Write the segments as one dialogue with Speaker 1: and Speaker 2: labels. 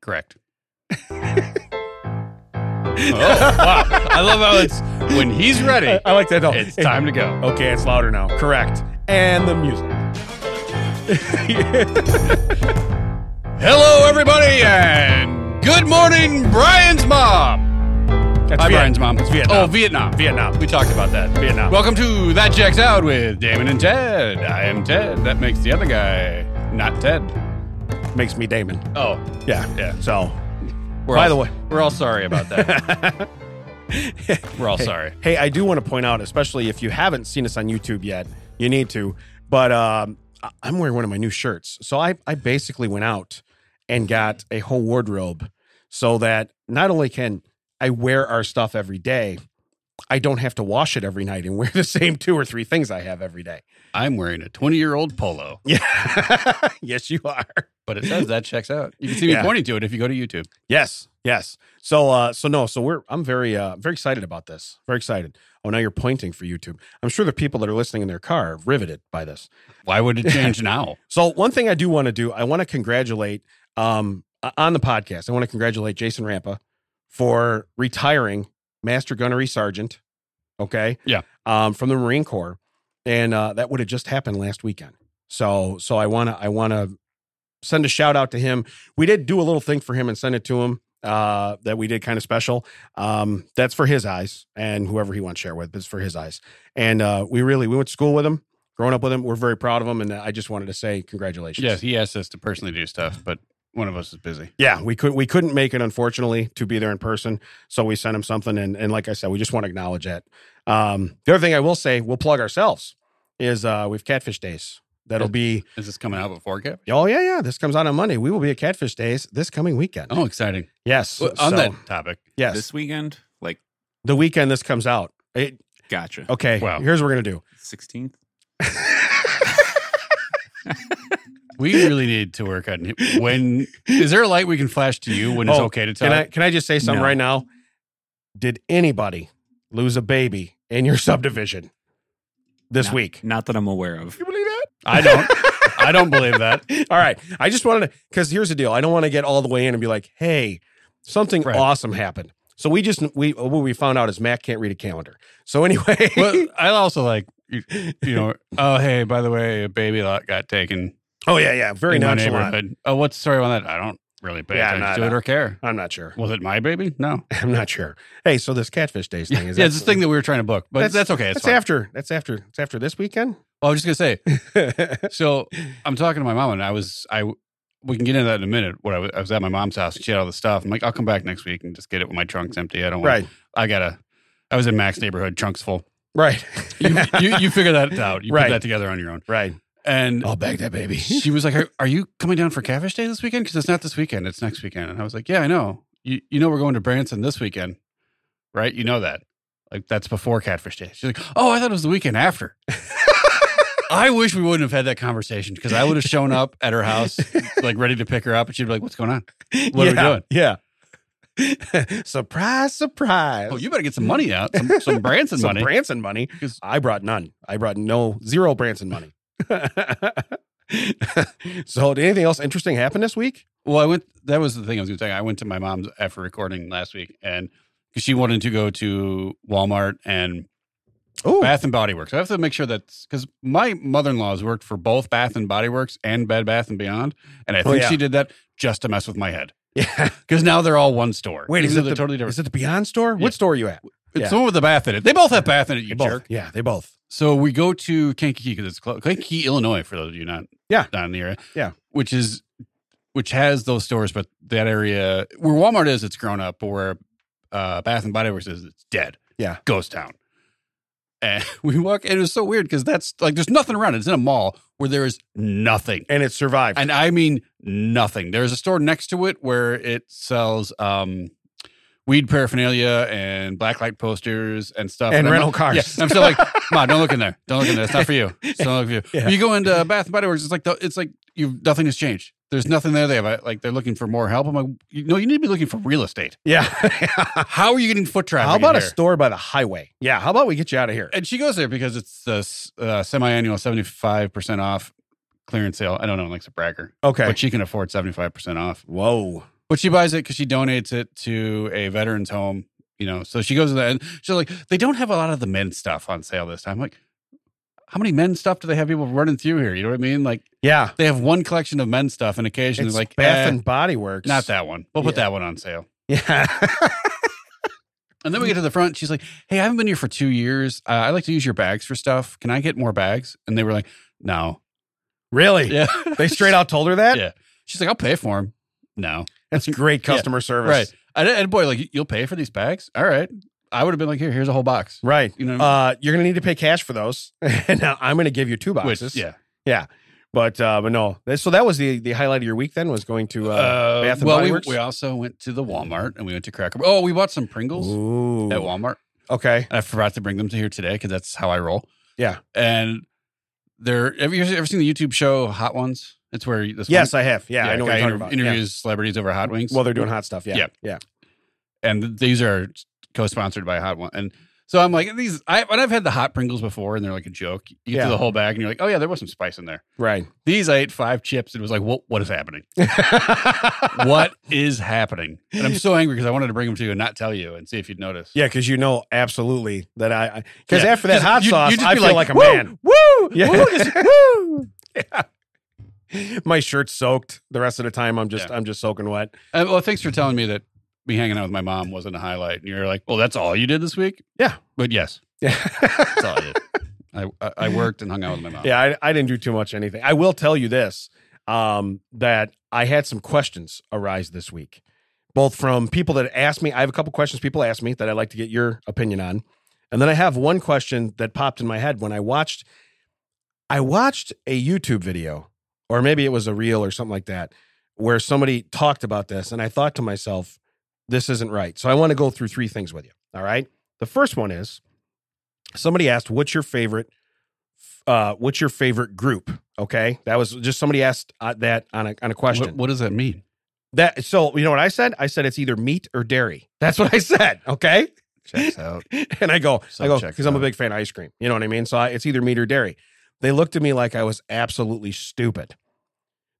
Speaker 1: Correct. oh, wow. I love how it's when he's ready,
Speaker 2: I, I like that. though.
Speaker 1: it's time to go.
Speaker 2: Okay, it's louder now. Correct. And the music.
Speaker 1: Hello, everybody, and good morning, Brian's mom.
Speaker 2: That's
Speaker 1: Hi,
Speaker 2: Viet-
Speaker 1: Brian's mom.
Speaker 2: It's Vietnam.
Speaker 1: Oh, Vietnam. Vietnam. We talked about that.
Speaker 2: Vietnam.
Speaker 1: Welcome to That Checks Out with Damon and Ted. I am Ted. That makes the other guy not Ted.
Speaker 2: makes me Damon.
Speaker 1: Oh,
Speaker 2: Yeah.
Speaker 1: yeah.
Speaker 2: So,
Speaker 1: We're
Speaker 2: By
Speaker 1: all-
Speaker 2: the way-
Speaker 1: we're all sorry about that. we're all sorry.
Speaker 2: hey, I do want to point out, especially if you haven't seen us on YouTube yet, you need to. But um, I- I'm wearing one of my new shirts. So I, I basically went out and got a whole wardrobe so that not only can I wear our stuff every day, I don't have to wash it every night and wear the same two or three things I have every day.
Speaker 1: I'm wearing a 20 year old polo,
Speaker 2: Yeah. yes, you are.
Speaker 1: but it says that checks out. You can see me
Speaker 2: Yeah.
Speaker 1: pointing to it if you go to YouTube.
Speaker 2: Yes, yes. So, uh, so no, so we're I'm very, uh, very excited about this. Very excited. Oh, now you're pointing for YouTube. I'm sure the people that are listening in their car are riveted by this.
Speaker 1: Why would it change now?
Speaker 2: So, one thing I do want to do, I want to congratulate um, uh, on the podcast. I want to congratulate Jason Rampa for retiring Master Gunnery Sergeant. Okay.
Speaker 1: Yeah.
Speaker 2: Um, from the Marine Corps, and uh, that would have just happened last weekend. So, so I want to, I want to send a shout out to him. We did do a little thing for him and send it to him uh that we did kind of special um that's for his eyes and whoever he wants to share with is for his eyes and uh we really we went to school with him growing up with him we're very proud of him and i just wanted to say congratulations
Speaker 1: Yes, he asked us to personally do stuff, but one of us is busy.
Speaker 2: yeah, we could we couldn't make it unfortunately to be there in person, so we sent him something, and and like I said, we just want to acknowledge that. Um, the other thing I will say, we'll plug ourselves is uh, we've Catfish Days. That'll be
Speaker 1: Is this coming out before Cap?
Speaker 2: oh yeah yeah this comes out on Monday. We will be at Catfish Days this coming weekend.
Speaker 1: Oh, exciting.
Speaker 2: Yes,
Speaker 1: Well, on
Speaker 2: so-
Speaker 1: that topic,
Speaker 2: yes
Speaker 3: this weekend, like
Speaker 2: the weekend this comes out. It,
Speaker 3: gotcha.
Speaker 2: okay,
Speaker 1: Wow.
Speaker 2: here's what we're gonna do.
Speaker 3: Sixteenth.
Speaker 1: we really need to work on it. When is there a light we can flash to you when it's
Speaker 2: Oh,
Speaker 1: okay to talk?
Speaker 2: Can I can I just say something
Speaker 3: No.
Speaker 2: right now? Did anybody lose a baby in your subdivision this
Speaker 3: No.
Speaker 2: week?
Speaker 3: Not that I'm aware of.
Speaker 2: You believe that?
Speaker 1: I don't. I don't believe that.
Speaker 2: All right. I just wanted to, because here's the deal. I don't want to get all the way in and be like, hey, something
Speaker 1: Right.
Speaker 2: awesome happened. So we just, we, what we found out is Matt can't read a calendar. So anyway,
Speaker 1: Well, I also like you, you know. Oh, hey, by the way, a baby lot got taken
Speaker 2: oh, yeah, yeah. Very
Speaker 1: in my
Speaker 2: nonchalant.
Speaker 1: neighborhood. Oh, what's the story on that? I don't really pay
Speaker 2: Yeah,
Speaker 1: attention
Speaker 2: no,
Speaker 1: to it
Speaker 2: no.
Speaker 1: or care.
Speaker 2: I'm not sure.
Speaker 1: Was it my baby? No.
Speaker 2: I'm not sure. Hey, so this catfish days
Speaker 1: Yeah,
Speaker 2: thing is
Speaker 1: yeah, it's the thing that we were trying to book, but that's, okay. It's
Speaker 2: That's
Speaker 1: fine.
Speaker 2: after, that's after, it's after this weekend.
Speaker 1: Well, Oh, I was just gonna say. So I'm talking to my mom, and I was I. We can get into that in a minute. What I was, I was at my mom's house, and she had all the stuff. I'm like, I'll come back next week and just get it when my trunk's empty. I don't want.
Speaker 2: right.
Speaker 1: I gotta. I was in Mac's neighborhood, trunk's full.
Speaker 2: Right.
Speaker 1: You you, you figure that out. You
Speaker 2: Right. Oh.
Speaker 1: put that together on your own.
Speaker 2: right.
Speaker 1: And
Speaker 2: I'll bag that baby.
Speaker 1: she was like, are, "Are you coming down for Catfish Day this weekend? Because it's not this weekend; it's next weekend." And I was like, "Yeah, I know. You you know we're going to Branson this weekend, right? You know that. Like that's before Catfish Day." She's like, "Oh, I thought it was the weekend after." I wish we wouldn't have had that conversation because I would have shown up at her house like ready to pick her up, and she'd be like, "What's going on? What
Speaker 2: yeah,
Speaker 1: are we doing?
Speaker 2: Yeah. surprise, surprise.
Speaker 1: Oh, you better get some money out, some, some Branson
Speaker 2: some
Speaker 1: money."
Speaker 2: Branson money.
Speaker 1: 'Cause-
Speaker 2: I brought none. I brought no zero Branson money. so, did anything else interesting happen this week?
Speaker 1: Well, I went. That was the thing I was going to say. I went to my mom's after recording last week, and because she wanted to go to Walmart and
Speaker 2: Oh,
Speaker 1: Bath and Body Works. I have to make sure that's because my mother in law has worked for both Bath and Body Works and Bed Bath and Beyond, and I
Speaker 2: Oh,
Speaker 1: think
Speaker 2: yeah.
Speaker 1: she did that just to mess with my head
Speaker 2: yeah.
Speaker 1: because now they're all one store.
Speaker 2: Wait,
Speaker 1: Even
Speaker 2: is
Speaker 1: though
Speaker 2: it
Speaker 1: they're
Speaker 2: the
Speaker 1: totally different?
Speaker 2: Is it the Beyond store?
Speaker 1: Yeah.
Speaker 2: What store are you at?
Speaker 1: it's
Speaker 2: yeah.
Speaker 1: the one with the bath in it. They both have bath in it. You
Speaker 2: They both.
Speaker 1: jerk.
Speaker 2: Yeah, they both.
Speaker 1: So we go to Kankakee because it's close. Kankakee, Illinois, for those of you not
Speaker 2: Yeah.
Speaker 1: not in the area.
Speaker 2: Yeah.
Speaker 1: which is which has those stores, but that area where Walmart is, it's grown up. But where uh, Bath and Body Works is, it's dead.
Speaker 2: Yeah.
Speaker 1: ghost town. And we walk, and it was so weird because that's like there's nothing around. It's in a mall where there is nothing,
Speaker 2: And it survived.
Speaker 1: and I mean nothing. There's a store next to it where it sells um weed paraphernalia and blacklight posters and stuff
Speaker 2: And
Speaker 1: I'm
Speaker 2: rental
Speaker 1: like-
Speaker 2: cars.
Speaker 1: yeah, and I'm still like, Ma, don't look in there. Don't look in there. It's not for you. It's not for you.
Speaker 2: Yeah.
Speaker 1: But You go into Bath and Body Works. It's like the, it's like you nothing has changed. There's nothing there. They have uh, like they're looking for more help. I'm like, you, no, you need to be looking for real estate.
Speaker 2: yeah.
Speaker 1: How are you getting foot traffic?
Speaker 2: how
Speaker 1: in
Speaker 2: about a
Speaker 1: here?
Speaker 2: store by the highway? Yeah. How about we get you out of here?
Speaker 1: And she goes there because it's the s- uh, semi-annual seventy five percent off clearance sale. I don't know, like a bragger,
Speaker 2: Okay.
Speaker 1: but she can afford seventy five percent off.
Speaker 2: Whoa.
Speaker 1: But she buys it because she donates it to a veterans home. You know, so she goes to that and she's like, they don't have a lot of the men's stuff on sale this time. Like, how many men's stuff do they have people running through here? You know what I mean? Like,
Speaker 2: Yeah.
Speaker 1: they have one collection of men's stuff, and occasionally,
Speaker 2: It's
Speaker 1: like,
Speaker 2: like Bath
Speaker 1: eh,
Speaker 2: and Body Works.
Speaker 1: not that one. We'll put
Speaker 2: Yeah.
Speaker 1: that one on sale.
Speaker 2: Yeah.
Speaker 1: And then we get to the front. She's like, "Hey, I haven't been here for two years. Uh, I like to use your bags for stuff. Can I get more bags?" And they were like, "No."
Speaker 2: really?
Speaker 1: Yeah,
Speaker 2: They straight out told her that?
Speaker 1: Yeah. She's like, "I'll pay for them." No,
Speaker 2: That's great
Speaker 1: Yeah.
Speaker 2: customer service.
Speaker 1: right? And, and boy, like you'll pay for these bags? All right. I would have been like, "Here, here's a whole box."
Speaker 2: Right.
Speaker 1: You know,
Speaker 2: Uh, you're gonna need to pay cash for those. and now I'm gonna give you two
Speaker 1: which-
Speaker 2: boxes.
Speaker 1: yeah.
Speaker 2: But uh, but no. So that was the the highlight of your week then was going to uh, Bath and
Speaker 1: well,
Speaker 2: Body
Speaker 1: we,
Speaker 2: Works?
Speaker 1: we also went to the Walmart and we went to Cracker. Oh, we bought some Pringles
Speaker 2: Ooh.
Speaker 1: at Walmart.
Speaker 2: Okay.
Speaker 1: I forgot to bring them to here today because that's how I roll.
Speaker 2: Yeah.
Speaker 1: And they're have you ever seen the YouTube show Hot Ones? It's where this
Speaker 2: Yes, I have. Yeah,
Speaker 1: yeah,
Speaker 2: I know
Speaker 1: guy
Speaker 2: what you're talking
Speaker 1: inter-
Speaker 2: about. Yeah.
Speaker 1: interviews celebrities over hot wings.
Speaker 2: Well, they're doing hot stuff. Yeah.
Speaker 1: Yeah.
Speaker 2: Yeah.
Speaker 1: and th- these are co-sponsored by Hot One. And so I'm like, these. I and I've had the hot Pringles before, and they're like a joke. You get
Speaker 2: Yeah.
Speaker 1: through the whole bag, and you're like, oh yeah, there was some spice in there.
Speaker 2: Right.
Speaker 1: These, I ate five chips, and it was like, what? What is happening? what is happening? And I'm so angry because I wanted to bring them to you and not tell you and see if you'd notice.
Speaker 2: yeah, because you know absolutely that I because
Speaker 1: Yeah.
Speaker 2: after that hot
Speaker 1: You'd-
Speaker 2: sauce,
Speaker 1: you'd just
Speaker 2: I
Speaker 1: be
Speaker 2: feel like, a
Speaker 1: "Woo,
Speaker 2: man.
Speaker 1: Woo!
Speaker 2: Yeah.
Speaker 1: Woo! Just woo!"
Speaker 2: My shirt's soaked. The rest of the time, I'm just
Speaker 1: Yeah.
Speaker 2: I'm just soaking wet.
Speaker 1: Uh, well, thanks for telling me that me hanging out with my mom wasn't a highlight. And you're like, well, that's all you did this week?
Speaker 2: Yeah.
Speaker 1: But yes,
Speaker 2: Yeah.
Speaker 1: that's all I did. I, I, I worked and hung out with my mom.
Speaker 2: Yeah, I, I didn't do too much anything. I will tell you this um, that I had some questions arise this week, both from people that asked me. I have a couple questions people asked me that I'd like to get your opinion on. And then I have one question that popped in my head when I watched I watched a YouTube video, or maybe it was a reel or something like that, where somebody talked about this. And I thought to myself, this isn't right. So I want to go through three things with you. All right. The first one is somebody asked, what's your favorite uh, what's your favorite group? Okay, that was just somebody asked uh, that on a on a
Speaker 1: What-
Speaker 2: question.
Speaker 1: What, does that mean?
Speaker 2: That so you know what I said? I said it's either meat or dairy. That's what I said. Okay,
Speaker 1: Checks out.
Speaker 2: and I go,
Speaker 1: So
Speaker 2: I go
Speaker 1: check
Speaker 2: because I'm a
Speaker 1: out.
Speaker 2: big fan of ice cream. You know what I mean? So I, it's either meat or dairy. They looked at me like I was absolutely stupid.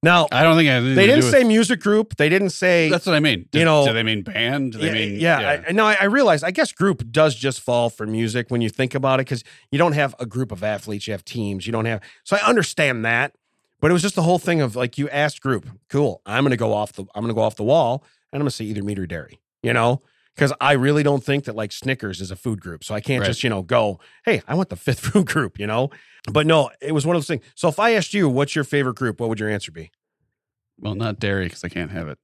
Speaker 2: Now
Speaker 1: I don't think I had anything
Speaker 2: they
Speaker 1: to
Speaker 2: didn't
Speaker 1: do with-
Speaker 2: say music group. They didn't say
Speaker 1: That's what I mean. Do,
Speaker 2: you know-
Speaker 1: do they mean band? Do they
Speaker 2: yeah,
Speaker 1: mean
Speaker 2: yeah, I, no, I, I realize. I guess group does just fall for music when you think about it, because you don't have a group of athletes, you have teams, you don't have. So I understand that, but it was just the whole thing of like you asked group, cool. I'm gonna go off the, I'm gonna go off the wall, and I'm gonna say either meat or dairy, you know, because I really don't think that like Snickers is a food group, so I can't
Speaker 1: Right.
Speaker 2: just you know go, hey, I want the fifth food group, you know. But no, it was one of those things. So if I asked you, what's your favorite group? What would your answer be?
Speaker 1: well, not dairy because I can't have it.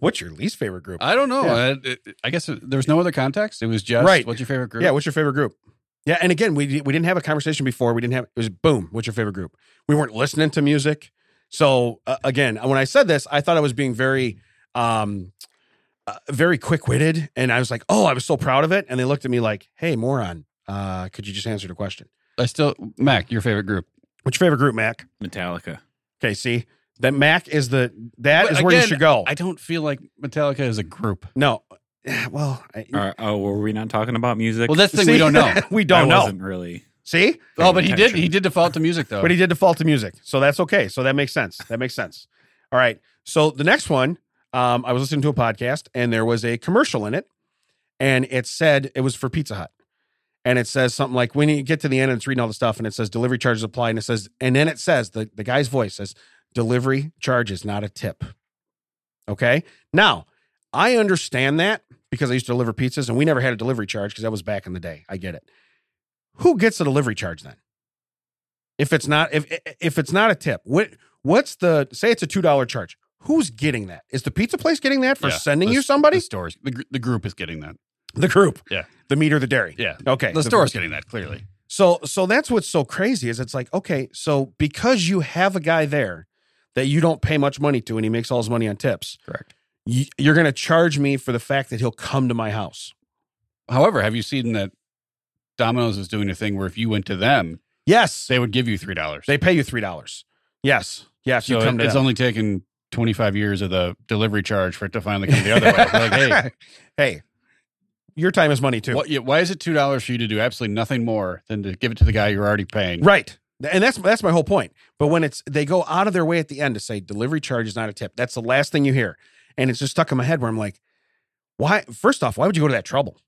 Speaker 2: what's your least favorite group?
Speaker 1: I don't know.
Speaker 2: Yeah.
Speaker 1: I, it- I guess it- there was no other context. It was just
Speaker 2: Right.
Speaker 1: What's your favorite group?
Speaker 2: Yeah, what's your favorite group? Yeah, and again, we we didn't have a conversation before. We didn't have it was boom. What's your favorite group? We weren't listening to music. So uh, again, when I said this, I thought I was being very, um, uh, very quick witted, and I was like, oh, I was so proud of it. And they looked at me like, hey, moron, uh, could you just answer the question?
Speaker 1: I still Mac. Your favorite group?
Speaker 2: What's your favorite group, Mac?
Speaker 3: Metallica.
Speaker 2: Okay, see that Mac is the that is
Speaker 1: But
Speaker 2: where you
Speaker 1: again,
Speaker 2: should go.
Speaker 1: I don't feel like Metallica is a group.
Speaker 2: no, well, I,
Speaker 3: Are, oh, were we not talking about music?
Speaker 1: Well, that's the thing
Speaker 2: See?
Speaker 1: we don't know.
Speaker 2: we don't
Speaker 3: I
Speaker 2: know.
Speaker 3: Wasn't really.
Speaker 2: See,
Speaker 1: oh, but he did.
Speaker 3: attention.
Speaker 1: He did default to music though.
Speaker 2: But he did default to music. So that's okay. So that makes sense. That makes sense. All right. So the next one, um, I was listening to a podcast and there was a commercial in it. And it said it was for Pizza Hut. And it says something like when you get to the end and it's reading all the stuff and it says delivery charges apply. And it says, and then it says the, the guy's voice says delivery charges, not a tip. Okay. Now I understand that because I used to deliver pizzas and we never had a delivery charge because that was back in the day. I get it. Who gets a delivery charge then? if it's not if if it's not a tip what what's the say it's a two dollar charge who's getting that is the pizza place getting that for
Speaker 1: Yeah,
Speaker 2: sending
Speaker 1: the
Speaker 2: you
Speaker 1: s-
Speaker 2: somebody
Speaker 1: The stores. The, gr- the group is getting that.
Speaker 2: the group
Speaker 1: Yeah.
Speaker 2: the meat or the dairy
Speaker 1: Yeah.
Speaker 2: okay
Speaker 1: The store's getting that clearly.
Speaker 2: so so that's what's so crazy is it's like okay so because you have a guy there that you don't pay much money to and he makes all his money on tips
Speaker 1: Correct.
Speaker 2: y- you're going to charge me for the fact that he'll come to my house
Speaker 1: However, have you seen that Domino's is doing a thing where if you went to them,
Speaker 2: yes
Speaker 1: they would give you three dollars.
Speaker 2: they pay you three dollars yes yes
Speaker 1: So
Speaker 2: you come
Speaker 1: it-
Speaker 2: to
Speaker 1: it's
Speaker 2: them.
Speaker 1: only taken 25 years of the delivery charge for it to finally come the other way. We're like, hey,
Speaker 2: hey your time is money too
Speaker 1: what, yeah, why is it two dollars for you to do absolutely nothing more than to give it to the guy you're already paying?
Speaker 2: Right. And that's that's my whole point. But when it's they go out of their way at the end to say delivery charge is not a tip. That's the last thing you hear, and it's just stuck in my head where I'm like, why? First off, why would you go to that trouble?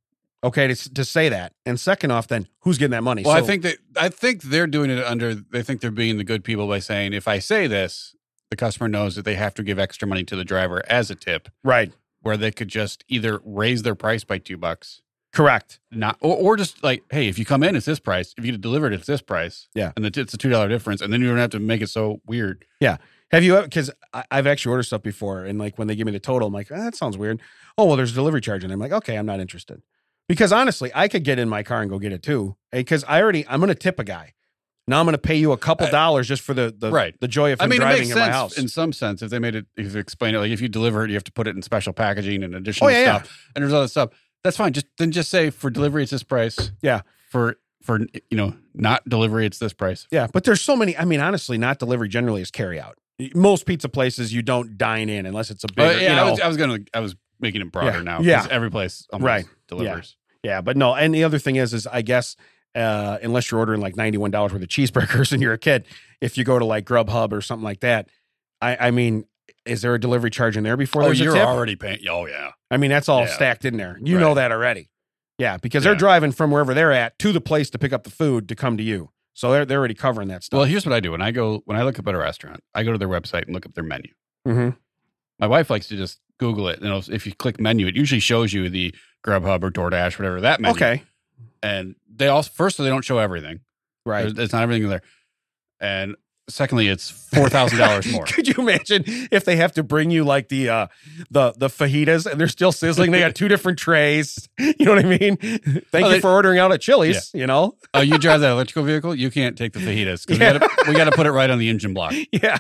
Speaker 2: Okay, to, s- to say that, and second off, then who's getting that money?
Speaker 1: Well, I
Speaker 2: So-
Speaker 1: think that I think they're doing it under. They think they're being the good people by saying, if I say this, the customer knows that they have to give extra money to the driver as a tip,
Speaker 2: right,
Speaker 1: where they could just either raise their price by two bucks,
Speaker 2: correct,
Speaker 1: not or, or just like, hey, if you come in, it's this price. If you deliver it, it's this price.
Speaker 2: Yeah.
Speaker 1: and the, it's a two dollar difference, and then you don't have to make it so weird.
Speaker 2: Have you? Because I've actually ordered stuff before, and like when they give me the total, I'm like, "Ah, that sounds weird. Oh well, there's a delivery charge, and I'm like, okay, I'm not interested. Because honestly, I could get in my car and go get it too. Because I already, I'm going to tip a guy. Now I'm going to pay you a couple
Speaker 1: Uh,
Speaker 2: dollars just for the the,
Speaker 1: right.
Speaker 2: the joy of him
Speaker 1: I mean, it
Speaker 2: driving
Speaker 1: makes
Speaker 2: in my
Speaker 1: sense
Speaker 2: house. Oh,
Speaker 1: in some sense if they made it, if you explain it, like if you deliver it, you have to put it in special packaging and additional
Speaker 2: Oh, yeah,
Speaker 1: stuff, and there's other stuff. That's fine. Just then, just say for delivery it's this price.
Speaker 2: Yeah.
Speaker 1: For for you know not delivery it's this price.
Speaker 2: yeah, but there's so many. I mean, honestly, not delivery generally is carry out. Most pizza places you don't dine in unless it's a big.
Speaker 1: But Uh, yeah,
Speaker 2: you know,
Speaker 1: I was I was gonna I was making it broader
Speaker 2: Yeah.
Speaker 1: now. 'cause
Speaker 2: Yeah.
Speaker 1: Every place almost
Speaker 2: Right.
Speaker 1: delivers.
Speaker 2: Yeah, but no. And the other thing is, is I guess uh, unless you're ordering like ninety-one dollars worth of cheeseburgers and you're a kid, if you go to like Grubhub or something like that, I, I mean, is there a delivery charge in there before
Speaker 1: Oh,
Speaker 2: there's
Speaker 1: you're
Speaker 2: a tip?
Speaker 1: already paying. Oh yeah.
Speaker 2: I mean, that's all
Speaker 1: Yeah.
Speaker 2: stacked in there. You
Speaker 1: Right.
Speaker 2: know that already. Yeah, because they're
Speaker 1: Yeah.
Speaker 2: driving from wherever they're at to the place to pick up the food to come to you. So they're they're already covering that
Speaker 1: Well,
Speaker 2: stuff.
Speaker 1: here's what I do when I go when I look up at a restaurant, I go to their website and look up their menu.
Speaker 2: Mhm.
Speaker 1: My wife likes to just Google it, and it'll- if you click menu, it usually shows you the Grubhub or DoorDash, whatever that menu.
Speaker 2: Okay.
Speaker 1: and they also first they don't show everything.
Speaker 2: Right.
Speaker 1: There's- It's not everything in there, and secondly, it's four thousand dollars more.
Speaker 2: Could you imagine if they have to bring you like the uh the the fajitas and they're still sizzling? They got two different trays. You know what I mean? Thank
Speaker 1: Oh,
Speaker 2: you
Speaker 1: they-
Speaker 2: for ordering out at Chili's. You know,
Speaker 1: Oh, you drive that electrical vehicle? You can't take the fajitas because
Speaker 2: Yeah.
Speaker 1: we got to we got to put it right on the engine block.
Speaker 2: yeah.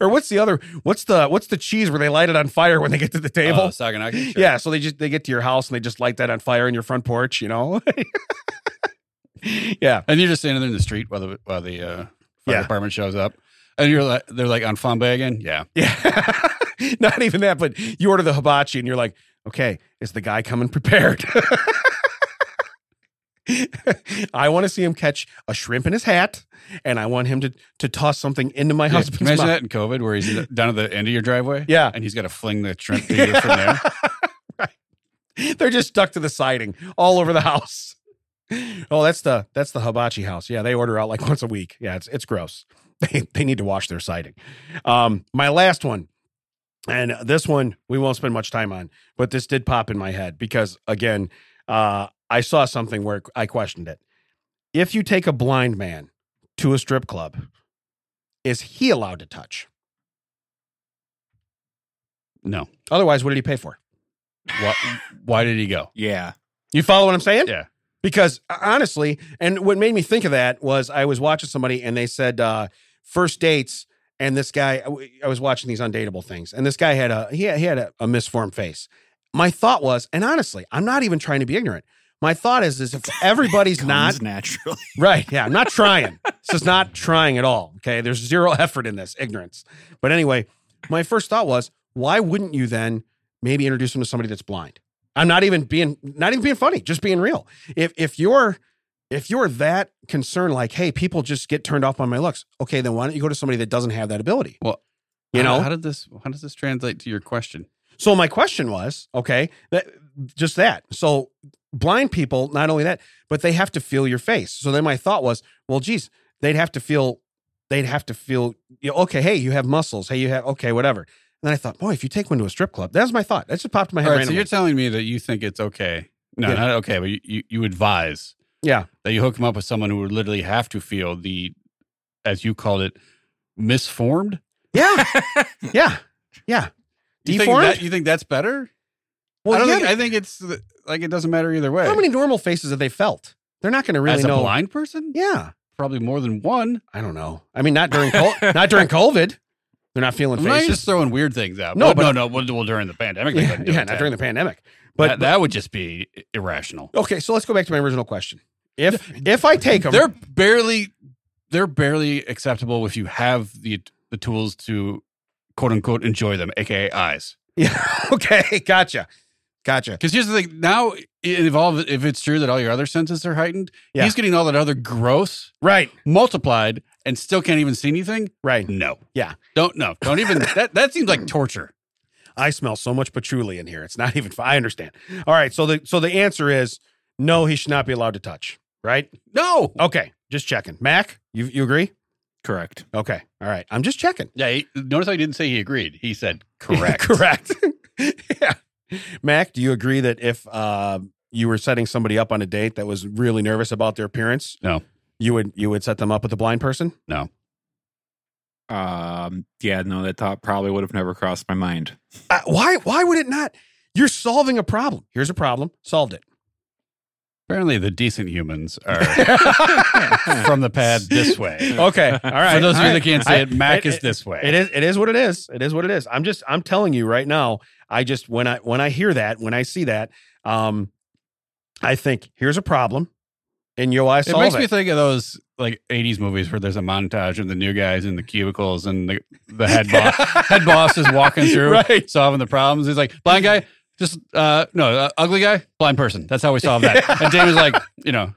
Speaker 2: Or what's the other? What's the what's the cheese where they light it on fire when they get to the table?
Speaker 1: Oh, Saganaki, sure.
Speaker 2: Yeah, so they just they get to your house and they just light that on fire in your front porch. You know. yeah.
Speaker 1: and you're just standing there in the street while the while the uh, fire
Speaker 2: Yeah.
Speaker 1: department shows up, and you're like they're like on Flambe again. Yeah,
Speaker 2: Yeah. Not even that, but you order the hibachi and you're like, okay, is the guy coming prepared? I want to see him catch a shrimp in his hat and I want him to, to toss something into my
Speaker 1: yeah.
Speaker 2: husband's
Speaker 1: imagine
Speaker 2: mouth.
Speaker 1: that in COVID where he's in the- down at the end of your driveway.
Speaker 2: Yeah.
Speaker 1: and he's got to fling the shrimp to you from there.
Speaker 2: right. They're just stuck to the siding all over the house. Oh, that's the that's the hibachi house. Yeah, they order out like once a week. Yeah, it's it's gross. They they need to wash their siding. Um, my last one, and this one we won't spend much time on, but this did pop in my head because again, uh, I saw something where I questioned it. If you take a blind man to a strip club, is he allowed to touch?
Speaker 1: No,
Speaker 2: Otherwise, what did he pay for?
Speaker 1: why, why did he go?
Speaker 3: Yeah.
Speaker 2: You follow what I'm saying?
Speaker 1: Yeah.
Speaker 2: Because uh, honestly, and what made me think of that was I was watching somebody and they said uh, first dates, and this guy I was watching these undateable things, and this guy had a he had, he had a, a misformed face. My thought was, and honestly, I'm not even trying to be ignorant. My thought is, is if everybody's not
Speaker 3: Comes naturally.
Speaker 2: Right. Yeah. I'm not trying. this is not trying at all. Okay. There's zero effort in this ignorance. But anyway, my first thought was, why wouldn't you then maybe introduce them to somebody that's blind? I'm not even being not even being funny, just being real. If if you're if you're that concerned, like, hey, people just get turned off by my looks, okay, then why don't you go to somebody that doesn't have that ability?
Speaker 1: Well,
Speaker 2: you
Speaker 1: How-
Speaker 2: know,
Speaker 1: how did this how does this translate to your question?
Speaker 2: so my question was, okay, that, just that. So blind people, not only that, but they have to feel your face. So then my thought was, well, geez, they'd have to feel, they'd have to feel, you know, okay, hey, you have muscles, hey, you have, okay, whatever. And then I thought, boy, if you take one to a strip club, that was my thought. That just popped in my head.
Speaker 1: All right, so
Speaker 2: randomly.
Speaker 1: you're telling me that you think it's okay. No,
Speaker 2: Yeah.
Speaker 1: not okay, but you, you, you advise
Speaker 2: yeah,
Speaker 1: that you hook them up with someone who would literally have to feel the, as you called it, misformed?
Speaker 2: yeah, yeah, yeah.
Speaker 1: You think,
Speaker 2: Deformed?
Speaker 1: that, you think that's better? I,
Speaker 2: Well,
Speaker 1: don't
Speaker 2: yeah.
Speaker 1: think, I think it's the- like it doesn't matter either way.
Speaker 2: how many normal faces have they felt? They're not going to really
Speaker 1: As a
Speaker 2: know.
Speaker 1: blind person?
Speaker 2: Yeah,
Speaker 1: Probably more than one.
Speaker 2: I don't know. I mean, not during col- not during COVID. They're not feeling
Speaker 1: I'm not
Speaker 2: faces.
Speaker 1: just throwing weird things out.
Speaker 2: No,
Speaker 1: Well,
Speaker 2: but-
Speaker 1: no, no. Well, well, during the pandemic, they
Speaker 2: yeah,
Speaker 1: couldn't do
Speaker 2: yeah,
Speaker 1: it
Speaker 2: not
Speaker 1: then.
Speaker 2: during the pandemic.
Speaker 1: But,
Speaker 2: But,
Speaker 1: that, that would just be i- irrational.
Speaker 2: but- okay, so let's go back to my original question. If if I take them,
Speaker 1: They're barely, they're barely acceptable if you have the the tools to, quote unquote, enjoy them, aka eyes.
Speaker 2: yeah, okay, gotcha, gotcha.
Speaker 1: Because here's the thing: now, if all of- if it's true that all your other senses are heightened,
Speaker 2: Yeah.
Speaker 1: he's getting all that other gross
Speaker 2: Right.
Speaker 1: multiplied and still can't even see anything.
Speaker 2: Right.
Speaker 1: No.
Speaker 2: Yeah.
Speaker 1: Don't no. Don't even that. That seems like torture.
Speaker 2: I smell so much patchouli in here. It's not even. I understand. All right. So the so the answer is no. He should not be allowed to touch. Right.
Speaker 1: No.
Speaker 2: Okay. Just checking. Mac, you you agree?
Speaker 3: Correct.
Speaker 2: Okay. All right. I'm just checking.
Speaker 1: Yeah. He, notice I didn't say he agreed. He said
Speaker 2: Correct. Correct. yeah. Mac, do you agree that if uh, you were setting somebody up on a date that was really nervous about their appearance,
Speaker 1: No.
Speaker 2: you would you would set them up with a blind person?
Speaker 3: Um, yeah, no, that thought probably would have never crossed my mind.
Speaker 2: Uh, why why would it not? You're solving a problem. Here's a problem. Solved it.
Speaker 1: apparently the decent humans are from the pad this way.
Speaker 2: okay. All right.
Speaker 1: For those of you that
Speaker 2: All right.
Speaker 1: can't see
Speaker 2: I-
Speaker 1: it, Mac
Speaker 2: it-
Speaker 1: is this way.
Speaker 2: It is it is what it is. It is what it is. I'm just I'm telling you right now, I just when I when I hear that, when I see that, um I think here's a problem and yo I
Speaker 1: It
Speaker 2: solve it.
Speaker 1: makes me think of those like '80s movies where there's a montage of the new guys in the cubicles and the the head boss head boss is walking through
Speaker 2: Right.
Speaker 1: solving the problems. He's like, blind guy, just uh no, uh, ugly guy, blind person. That's how we solve that. And Damon's like, you know,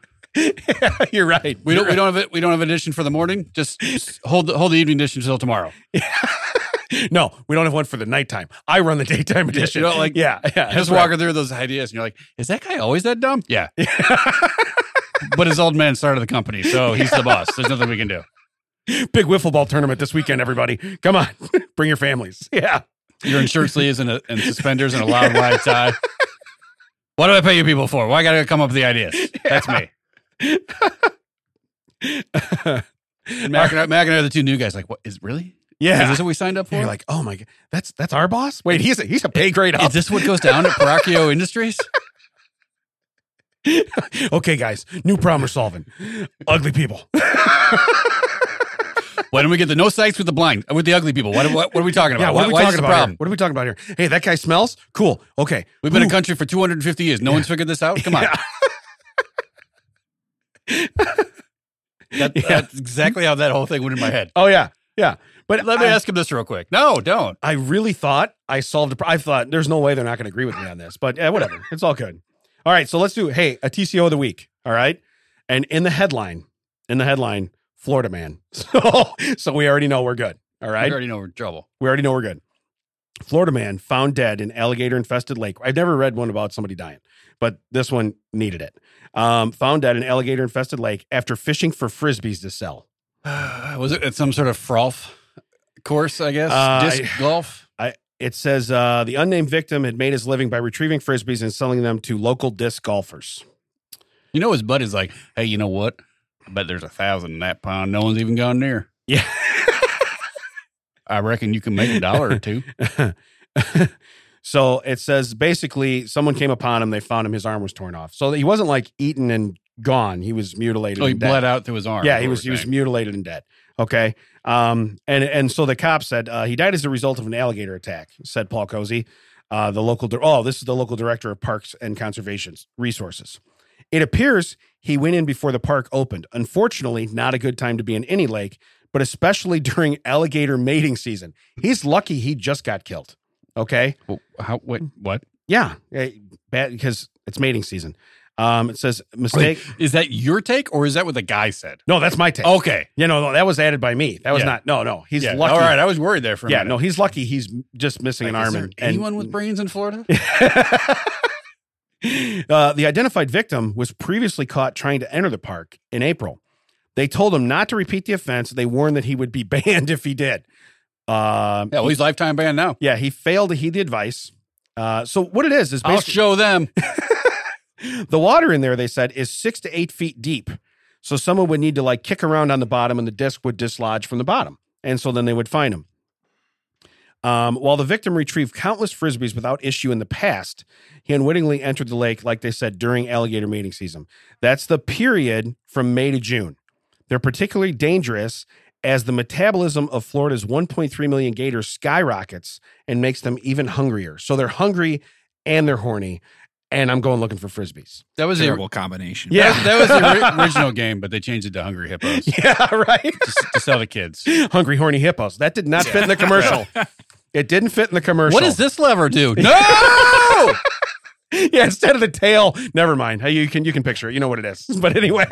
Speaker 2: You're right.
Speaker 1: we don't we don't have it. We don't have an edition for the morning. Just hold the, hold the evening edition until tomorrow.
Speaker 2: No, we don't have one for the nighttime. I run the daytime edition.
Speaker 1: know, like-
Speaker 2: yeah, yeah.
Speaker 1: Just walking through those ideas, and you're like, is that guy always that dumb? Yeah. but his old man started the company, so he's the boss. There's nothing we can do.
Speaker 2: Big wiffle ball tournament this weekend, everybody. Come on, bring your families. Yeah.
Speaker 1: You're in shirt sleeves and, a, and suspenders and a loud wide
Speaker 2: uh,
Speaker 1: tie. What do I pay you people for? Why gotta come up with the ideas? That's me. And Mac and, I, Mac and I are the two new guys. Like, what is really? Is
Speaker 2: Yeah.
Speaker 1: this what we signed up for?
Speaker 2: You're like, oh my god, that's that's our boss. Wait, he's a, he's a pay grade
Speaker 1: is
Speaker 2: up.
Speaker 1: this what goes down at Paracchio Industries?
Speaker 2: okay, guys, new problem we're solving. Ugly people.
Speaker 1: Why don't we get the no sights with the blind with the ugly people? What, what, what are we talking about?
Speaker 2: Yeah, what are we
Speaker 1: Why- why is
Speaker 2: talking
Speaker 1: this a
Speaker 2: about? Here? What are we talking about here? Hey, that guy smells cool. Okay,
Speaker 1: We've been
Speaker 2: Who-
Speaker 1: a country for 250 years. No one's figured this out. Come on. That-
Speaker 2: Yeah.
Speaker 1: That's exactly how that whole thing went in my head.
Speaker 2: Oh yeah, yeah. But
Speaker 1: Let me
Speaker 2: I-
Speaker 1: ask him this real quick. No, don't.
Speaker 2: I really thought I solved. A pro- I thought there's no way they're not going to agree with me on this, but yeah, whatever. It's all good. All right, so let's do. Hey, a TCO of the week. All right, and in the headline, in the headline, Florida man. So, so we already know we're good. All
Speaker 1: I
Speaker 2: right,
Speaker 1: already know we're in trouble.
Speaker 2: we already know we're good. Florida man found dead in alligator infested lake. I've never read one about somebody dying, but this one needed it. Um, found dead in alligator infested lake after fishing for frisbees to sell.
Speaker 1: Was it at some sort of froth course, I guess?
Speaker 2: Uh,
Speaker 1: Disc golf?
Speaker 2: It says uh, the unnamed victim had made his living by retrieving frisbees and selling them to local disc golfers.
Speaker 1: You know, his buddy's like, hey, you know what? I bet there's a thousand in that pond. No one's even gone near.
Speaker 2: Yeah.
Speaker 1: I reckon you can make a dollar or two. Oh,
Speaker 2: so it says basically someone came upon him, they found him, his arm was torn off. So he wasn't like eaten and gone. He was mutilated.
Speaker 1: Oh, he
Speaker 2: and dead.
Speaker 1: bled out through his arm.
Speaker 2: Yeah,
Speaker 1: is
Speaker 2: he
Speaker 1: what
Speaker 2: was
Speaker 1: we're
Speaker 2: he was
Speaker 1: saying.
Speaker 2: mutilated and dead. Okay. Um and and so the cop said uh, he died as a result of an alligator attack, said Paul Cozy. Uh, the local dir- oh, this is the local director of parks and conservation resources. It appears he went in before the park opened. Unfortunately, not a good time to be in any lake, but especially during alligator mating season. He's lucky he just got killed. Okay.
Speaker 1: Well, How, wait, what?
Speaker 2: Yeah. Eh, Bad because it's mating season. Um, it says mistake.
Speaker 1: Is that your take or is that what the guy said?
Speaker 2: No, that's my take.
Speaker 1: Okay.
Speaker 2: You know, no, that was added by me. That was
Speaker 1: Yeah.
Speaker 2: not. No, no, he's
Speaker 1: Yeah,
Speaker 2: lucky.
Speaker 1: All right. I was worried there for a
Speaker 2: yeah,
Speaker 1: minute.
Speaker 2: no, he's lucky. He's just missing an
Speaker 1: Like,
Speaker 2: arm.
Speaker 1: is there
Speaker 2: and, and-
Speaker 1: anyone with brains in Florida?
Speaker 2: uh, the identified victim was previously caught trying to enter the park in April. They told him not to repeat the offense. They warned that he would be banned if he did. Um,
Speaker 1: Yeah, well, he's lifetime ban now.
Speaker 2: yeah, he failed to heed the advice. Uh, so what it is is
Speaker 1: I'll
Speaker 2: basically
Speaker 1: show them.
Speaker 2: the water in there. They said is six to eight feet deep, so someone would need to like kick around on the bottom, and the disc would dislodge from the bottom, and so then they would find him. Um, while the victim retrieved countless frisbees without issue in the past, he unwittingly entered the lake, like they said, during alligator mating season. That's the period from May to June. They're particularly dangerous as the metabolism of Florida's 1.3 million gators skyrockets and makes them even hungrier. So they're hungry and they're horny. And I'm going looking for frisbees.
Speaker 1: That was the,
Speaker 3: Terrible combination.
Speaker 2: Yeah.
Speaker 1: that, that was the ori- original game, but they changed it to Hungry Hippos to,
Speaker 2: Yeah, right.
Speaker 1: s- to sell the kids.
Speaker 2: hungry, horny hippos. That did not fit in the commercial. it didn't fit in the commercial.
Speaker 1: What does this lever do? No!
Speaker 2: yeah, instead of the tail. Never mind. Hey, You can you can picture it. You know what it is. But anyway.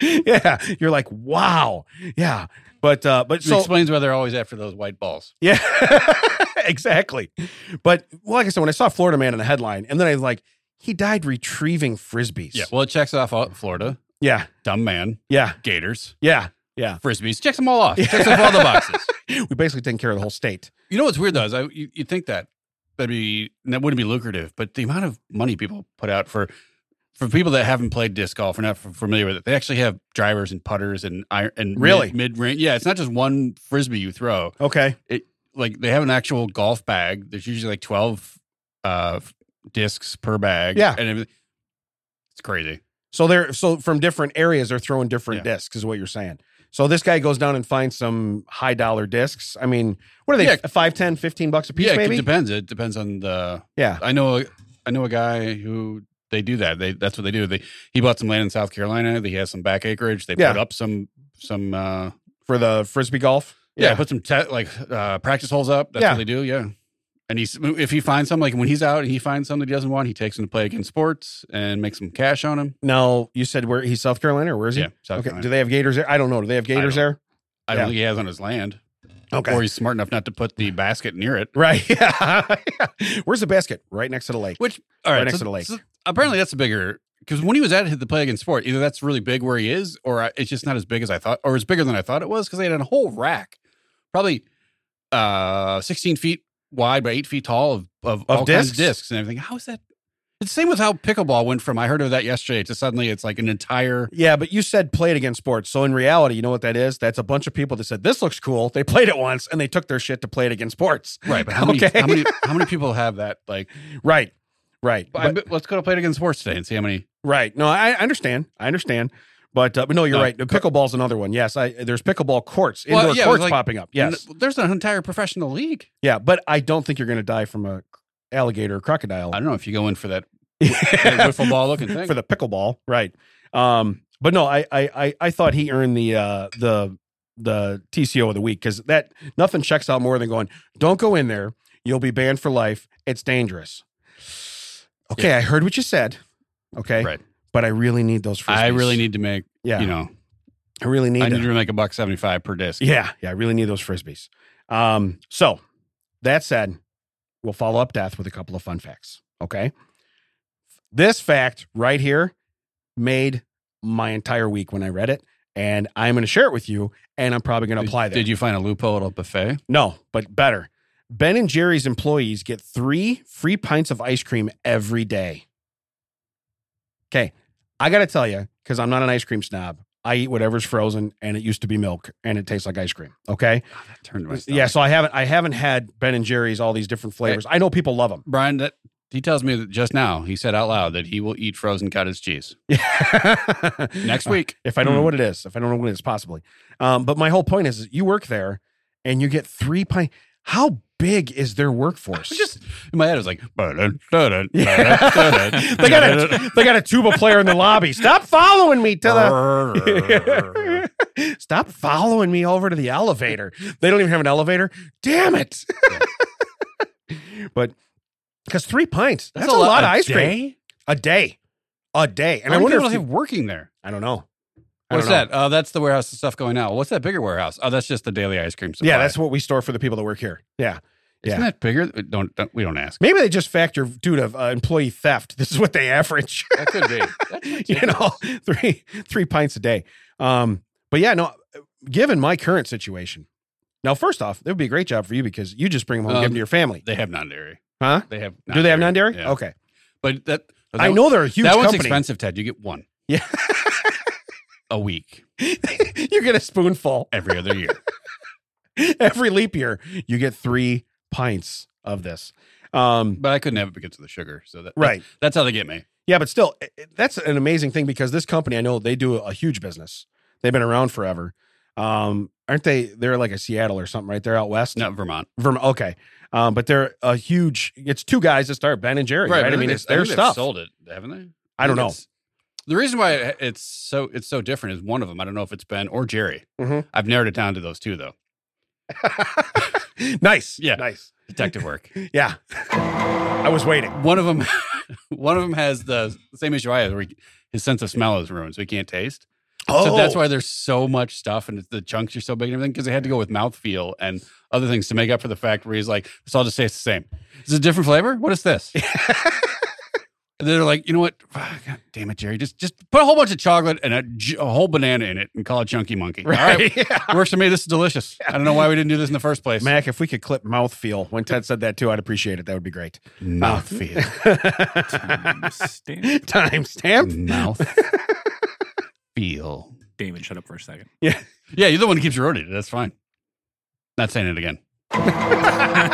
Speaker 2: yeah. You're like, wow. Yeah. But uh but
Speaker 1: It
Speaker 2: so
Speaker 1: explains why they're always after those white balls.
Speaker 2: yeah, exactly. But well, like I said, when I saw Florida Man in the headline, and then I was like, he died retrieving frisbees.
Speaker 1: Yeah. Well, it checks off all- Florida,
Speaker 2: yeah,
Speaker 1: dumb man,
Speaker 2: yeah,
Speaker 1: gators,
Speaker 2: yeah, yeah.
Speaker 1: frisbees. Checks them all off. Checks off all the boxes.
Speaker 2: We basically taken care of the whole state.
Speaker 1: You know what's weird though is I you, you'd think that that'd be that wouldn't be lucrative, but the amount of money people put out for for people that haven't played disc golf or not f- familiar with it, they actually have drivers and putters and iron and
Speaker 2: Really?
Speaker 1: mid range. Yeah, it's not just one frisbee you throw.
Speaker 2: Okay,
Speaker 1: Like they have an actual golf bag. There's usually like twelve uh discs per bag.
Speaker 2: Yeah.
Speaker 1: and everything. it's crazy.
Speaker 2: so they're so from different areas, they're throwing different
Speaker 1: Yeah.
Speaker 2: discs, is what you're saying. So this guy goes down and finds some high dollar discs. I mean, what are they?
Speaker 1: Yeah.
Speaker 2: Five, Five, ten, fifteen bucks a piece,
Speaker 1: yeah, it
Speaker 2: maybe.
Speaker 1: depends. It depends on the
Speaker 2: yeah,
Speaker 1: I know a, I know a guy who they do that. They that's what they do. They he bought some land in South Carolina. He has some back acreage. They put
Speaker 2: Yeah.
Speaker 1: up some some uh
Speaker 2: for the frisbee golf.
Speaker 1: yeah, put some te- like uh practice holes up. That's
Speaker 2: Yeah.
Speaker 1: what they do. Yeah. And he's if he finds some like when he's out and he finds something he doesn't want, he takes him to play against sports and makes some cash on him.
Speaker 2: Now you said where he's South Carolina or where is he?
Speaker 1: yeah, South
Speaker 2: okay. Do
Speaker 1: Carolina.
Speaker 2: they have gators there? I don't know. Do they have gators there?
Speaker 1: I don't
Speaker 2: yeah.
Speaker 1: think he has on his land.
Speaker 2: Okay.
Speaker 1: Or he's smart enough not to put the basket near it.
Speaker 2: Right. Yeah. Where's the basket? Right next to the lake.
Speaker 1: Which all right,
Speaker 2: Right next to the lake.
Speaker 1: apparently that's a bigger because when he was at the play against sport, either that's really big where he is, or I, it's just not as big as I thought, or it's bigger than I thought it was because they had a whole rack, probably uh, sixteen feet wide by eight feet tall of of, all kinds of
Speaker 2: discs?
Speaker 1: discs and everything. How is that? It's the same with how pickleball went from I heard of that yesterday to suddenly it's like an entire
Speaker 2: Yeah, but you said played against sports. So in reality, you know what that is? That's a bunch of people that said this looks cool. They played it once and they took their shit to play it against sports.
Speaker 1: right. But how many
Speaker 2: Okay.
Speaker 1: how many how many people have that? Like,
Speaker 2: Right. Right.
Speaker 1: but,
Speaker 2: But-
Speaker 1: let's go to play it against sports today and see how many.
Speaker 2: right. No, I I understand. I understand. But, uh, but no, you're
Speaker 1: No,
Speaker 2: right. Pickleball's another one. Yes, I, there's pickleball courts,
Speaker 1: Well,
Speaker 2: indoor
Speaker 1: yeah, it was
Speaker 2: courts
Speaker 1: like-
Speaker 2: popping up. Yes,
Speaker 1: there's an entire professional league.
Speaker 2: yeah, but I don't think you're going to die from a alligator or crocodile.
Speaker 1: I don't know if you go in for that, that wiffle ball looking thing.
Speaker 2: for the pickleball, right? Um, but no, I I I, I thought he earned the uh, the the TCO of the week because that nothing checks out more than going. Don't go in there. You'll be banned for life. It's dangerous. Okay, I heard what you said. Okay,
Speaker 1: Right.
Speaker 2: But I really need those. Frisbees.
Speaker 1: I really need to make
Speaker 2: Yeah,
Speaker 1: you know,
Speaker 2: I really need.
Speaker 1: I need
Speaker 2: them.
Speaker 1: to make a buck seventy five per disc.
Speaker 2: yeah, yeah. I really need those frisbees. Um. So that said, we'll follow up death with a couple of fun facts. Okay. This fact right here made my entire week when I read it, and I'm going to share it with you, and I'm probably going to
Speaker 1: Did-
Speaker 2: apply that.
Speaker 1: Did you find a loophole at a buffet?
Speaker 2: No, but better. Ben and Jerry's employees get three free pints of ice cream every day. Okay. I got to tell you, because I'm not an ice cream snob, I eat whatever's frozen and it used to be milk and it tastes like ice cream. Okay.
Speaker 1: God, that turned my stomach.
Speaker 2: Yeah. So I haven't, I haven't had Ben and Jerry's, all these different flavors. I know people love them.
Speaker 1: Brian, that he tells me that just now he said out loud that he will eat frozen cottage cheese next week.
Speaker 2: If I don't know
Speaker 3: Hmm.
Speaker 2: what it is, if I don't know what it is, possibly. Um, but my whole point is, is you work there and you get three pint. How big is their workforce?
Speaker 1: Just in my head, it was like "Ba-dun, da-dun,
Speaker 2: Yeah.
Speaker 1: ba-dun,
Speaker 2: they got a they got a tuba player in the lobby. Stop following me to
Speaker 1: da-dun."
Speaker 2: the Stop following me over to the elevator. They don't even have an elevator. Damn it. but because three pints, that's, a, lot, of ice cream.
Speaker 1: day?
Speaker 2: A day. A day.
Speaker 1: And
Speaker 2: And I wonder
Speaker 1: people
Speaker 2: if
Speaker 1: have working there.
Speaker 2: I don't know. I
Speaker 1: What's
Speaker 2: don't know.
Speaker 1: that? Oh, that's the warehouse of stuff going out. What's that bigger warehouse? Oh, that's just the daily ice cream supply.
Speaker 2: Yeah, that's what we store for the people that work here. Yeah.
Speaker 1: isn't
Speaker 2: yeah.
Speaker 1: that bigger? Don't, don't we don't ask.
Speaker 2: Maybe they just factor due to uh, employee theft. This is what they average.
Speaker 1: That could be. That's
Speaker 2: you know, three three pints a day. Um, but yeah, no. Given my current situation, now first off, it would be a great job for you because you just bring them home,
Speaker 1: Um,
Speaker 2: give them to your family,
Speaker 1: they have non dairy.
Speaker 2: huh?
Speaker 1: They have.
Speaker 2: Do they have non-dairy?
Speaker 1: Yeah.
Speaker 2: Okay,
Speaker 1: But that
Speaker 2: I know they're a huge
Speaker 1: that one's
Speaker 2: company.
Speaker 1: expensive, Ted. You get one.
Speaker 2: Yeah.
Speaker 1: a week
Speaker 2: you get a spoonful
Speaker 1: every other year.
Speaker 2: every leap year. You get three pints of this. Um,
Speaker 1: but I couldn't have it because of the sugar. So that,
Speaker 2: right.
Speaker 1: that's how they get me.
Speaker 2: Yeah, but still, i- i- that's an amazing thing because this company, I know they do a huge business. They've been around forever. Um, aren't they? They're like a Seattle or something, right? They're out west.
Speaker 1: Not Vermont.
Speaker 2: Vermont. Okay. Um, but they're a huge, it's two guys that start Ben and Jerry, right? I
Speaker 1: but
Speaker 2: mean,
Speaker 1: they-
Speaker 2: it's
Speaker 1: I
Speaker 2: their
Speaker 1: think they've
Speaker 2: stuff.
Speaker 1: Sold it, haven't they?
Speaker 2: I don't know.
Speaker 1: It's- The reason why it- it's so it's so different is one of them. I don't know if it's Ben or Jerry.
Speaker 2: Mhm.
Speaker 1: I've narrowed it down to those two though.
Speaker 2: nice.
Speaker 1: Yeah.
Speaker 2: Nice.
Speaker 1: detective work.
Speaker 2: Yeah. I was waiting.
Speaker 1: One of them, one of them has the same issue I have. Where he- his sense of smell is ruined, so he can't taste. So that's
Speaker 2: Oh.
Speaker 1: why there's so much stuff, and it's, the chunks are so big and everything because they had to go with mouthfeel and other things to make up for the fact where he's like, "This all just tastes the same. Is it a different flavor? What is this?" And they're like, "You know what? Ah, God damn it, Jerry, just just put a whole bunch of chocolate and a, j- a whole banana in it and call it Chunky Monkey. All right,
Speaker 2: Right. Yeah.
Speaker 1: works for me. This is delicious. I don't know why we didn't do this in the first place.
Speaker 2: Mac, if we could clip mouthfeel when Ted said that too, I'd appreciate it. That would be great.
Speaker 1: Mouthfeel.
Speaker 3: Timestamp.
Speaker 2: Timestamp.
Speaker 1: Mouth. Feel.
Speaker 3: Damon, shut up for a second.
Speaker 1: Yeah, you're the one who keeps eroding it. That's fine. Not saying it again.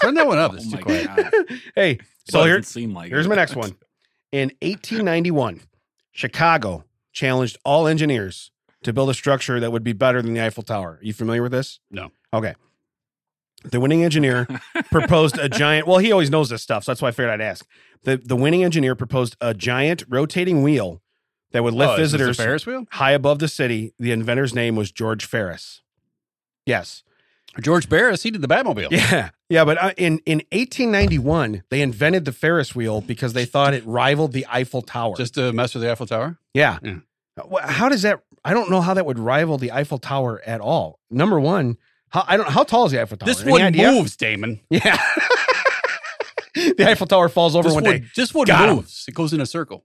Speaker 1: Turn that one up. It's
Speaker 3: Oh
Speaker 1: too
Speaker 3: my
Speaker 1: quiet.
Speaker 3: God.
Speaker 2: hey,
Speaker 3: So
Speaker 2: so
Speaker 3: doesn't
Speaker 2: here,
Speaker 3: seem like
Speaker 2: here's
Speaker 3: it.
Speaker 2: my next one. In 1891, Chicago challenged all engineers to build a structure that would be better than the Eiffel Tower. Are you familiar with this?
Speaker 1: No.
Speaker 2: Okay. The winning engineer proposed a giant. Well, he always knows this stuff, so that's why I figured I'd ask. The the winning engineer proposed a giant rotating wheel that would lift
Speaker 1: Oh, is this a
Speaker 2: visitors
Speaker 1: Ferris wheel?
Speaker 2: high above the city. The inventor's name was George Ferris. Yes.
Speaker 1: George Barris, he did the Batmobile.
Speaker 2: Yeah. Yeah, but uh, in in 1891, they invented the Ferris wheel because they thought it rivaled the Eiffel Tower.
Speaker 1: Just to mess with the Eiffel Tower.
Speaker 2: yeah.
Speaker 1: Yeah.
Speaker 2: Wha- How does that I don't know how that would rival the Eiffel Tower at all. Number 1, how I don't how tall is the Eiffel Tower?
Speaker 1: This
Speaker 2: Any
Speaker 1: one
Speaker 2: idea?
Speaker 1: moves, Damon.
Speaker 2: Yeah. the Eiffel Tower falls over
Speaker 1: This
Speaker 2: one
Speaker 1: one,
Speaker 2: day.
Speaker 1: this one
Speaker 2: Got 'em.
Speaker 1: moves. It goes in a circle.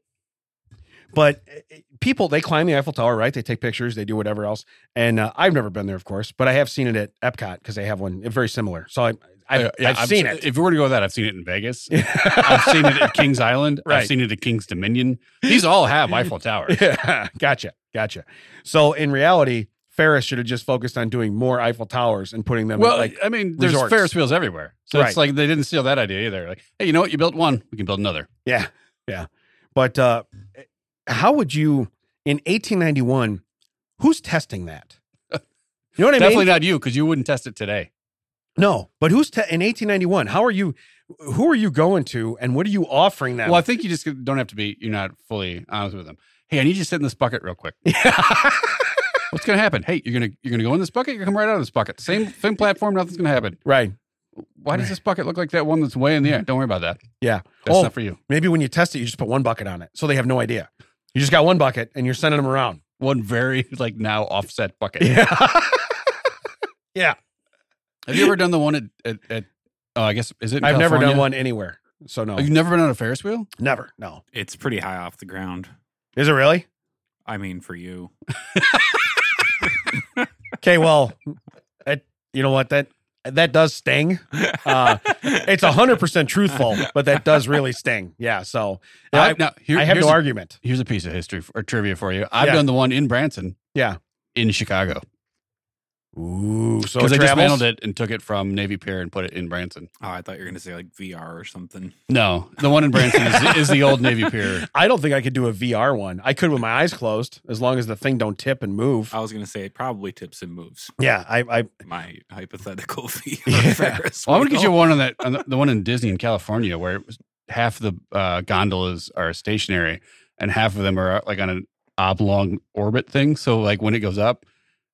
Speaker 2: But uh, people, they climb the Eiffel Tower, right? They take pictures, they do whatever else. And uh, I've never been there, of course, but I have seen it at Epcot because they have one eh, very similar. So I, I've,
Speaker 1: Uh, yeah,
Speaker 2: I've seen it.
Speaker 1: If we were to go with that, I've seen it in Vegas. I've seen it at Kings Island.
Speaker 2: Right.
Speaker 1: I've seen it at King's Dominion. These all have Eiffel Towers.
Speaker 2: Yeah, gotcha, gotcha. So in reality, Ferris should have just focused on doing more Eiffel Towers and putting them.
Speaker 1: well,
Speaker 2: like,
Speaker 1: I mean, there's
Speaker 2: resorts.
Speaker 1: Ferris wheels everywhere. So
Speaker 2: Right.
Speaker 1: it's like they didn't steal that idea either. Like, hey, you know what? You built one, we can build another.
Speaker 2: yeah, yeah. But uh, how would you in 1891? Who's testing that? You know what I
Speaker 1: Definitely
Speaker 2: mean?
Speaker 1: not you because you wouldn't test it today.
Speaker 2: No, but who's te- in 1891? How are you? Who are you going to, and what are you offering them?
Speaker 1: Well, I think you just don't have to be, you're not fully honest with them. Hey, I need you to sit in this bucket real quick. What's going to happen? Hey, you're going to you're going to go in this bucket, you're going to come right out of this bucket. Same same platform, nothing's going to happen.
Speaker 2: right.
Speaker 1: Why does this bucket look like that one that's way in the air? Don't worry about that.
Speaker 2: Mm-hmm. Yeah.
Speaker 1: That's
Speaker 2: Oh.
Speaker 1: not for you.
Speaker 2: Maybe when you test it, you just put one bucket on it, so they have no idea. You just got one bucket, and you're sending them around.
Speaker 1: One very like now offset bucket.
Speaker 2: Yeah.
Speaker 1: Have you ever done the one at at, at oh, I guess is it in
Speaker 2: I've never done
Speaker 1: California?
Speaker 2: one anywhere. So no,
Speaker 1: Oh, you've never been on a Ferris wheel?
Speaker 2: never. No,
Speaker 3: It's pretty high off the ground.
Speaker 2: is it really?
Speaker 3: I mean, for you.
Speaker 2: Okay, well, that, you know what that that does sting. Uh,
Speaker 3: Oh,
Speaker 2: it's hundred percent truthful, but that does really sting. Yeah. So I,
Speaker 1: I, now, here,
Speaker 2: I have
Speaker 1: here's
Speaker 2: no
Speaker 1: a-
Speaker 2: argument.
Speaker 1: here's a piece of history for, or trivia for you. I've
Speaker 2: Yeah.
Speaker 1: done the one in Branson.
Speaker 2: Yeah.
Speaker 1: In Chicago.
Speaker 2: Ooh, so
Speaker 1: Because I
Speaker 2: it travels?
Speaker 1: dismantled it and took it from Navy Pier and put it in Branson.
Speaker 3: Oh, I thought you were going to say like VR or something.
Speaker 1: No, the one in Branson is, is the old Navy Pier.
Speaker 2: I don't think I could do a VR one. I could with my eyes closed, as long as the thing don't tip and move.
Speaker 1: Oh.
Speaker 3: I was going to say it probably tips and moves.
Speaker 2: yeah, I, I
Speaker 3: My hypothetical VR
Speaker 2: Yeah.
Speaker 3: Ferris.
Speaker 1: Well, I'm gonna
Speaker 3: wheel.
Speaker 1: get you one on that on the, the one in Disney in California where it was, half the uh, gondolas are stationary and half of them are like on an oblong orbit thing. So like when it goes up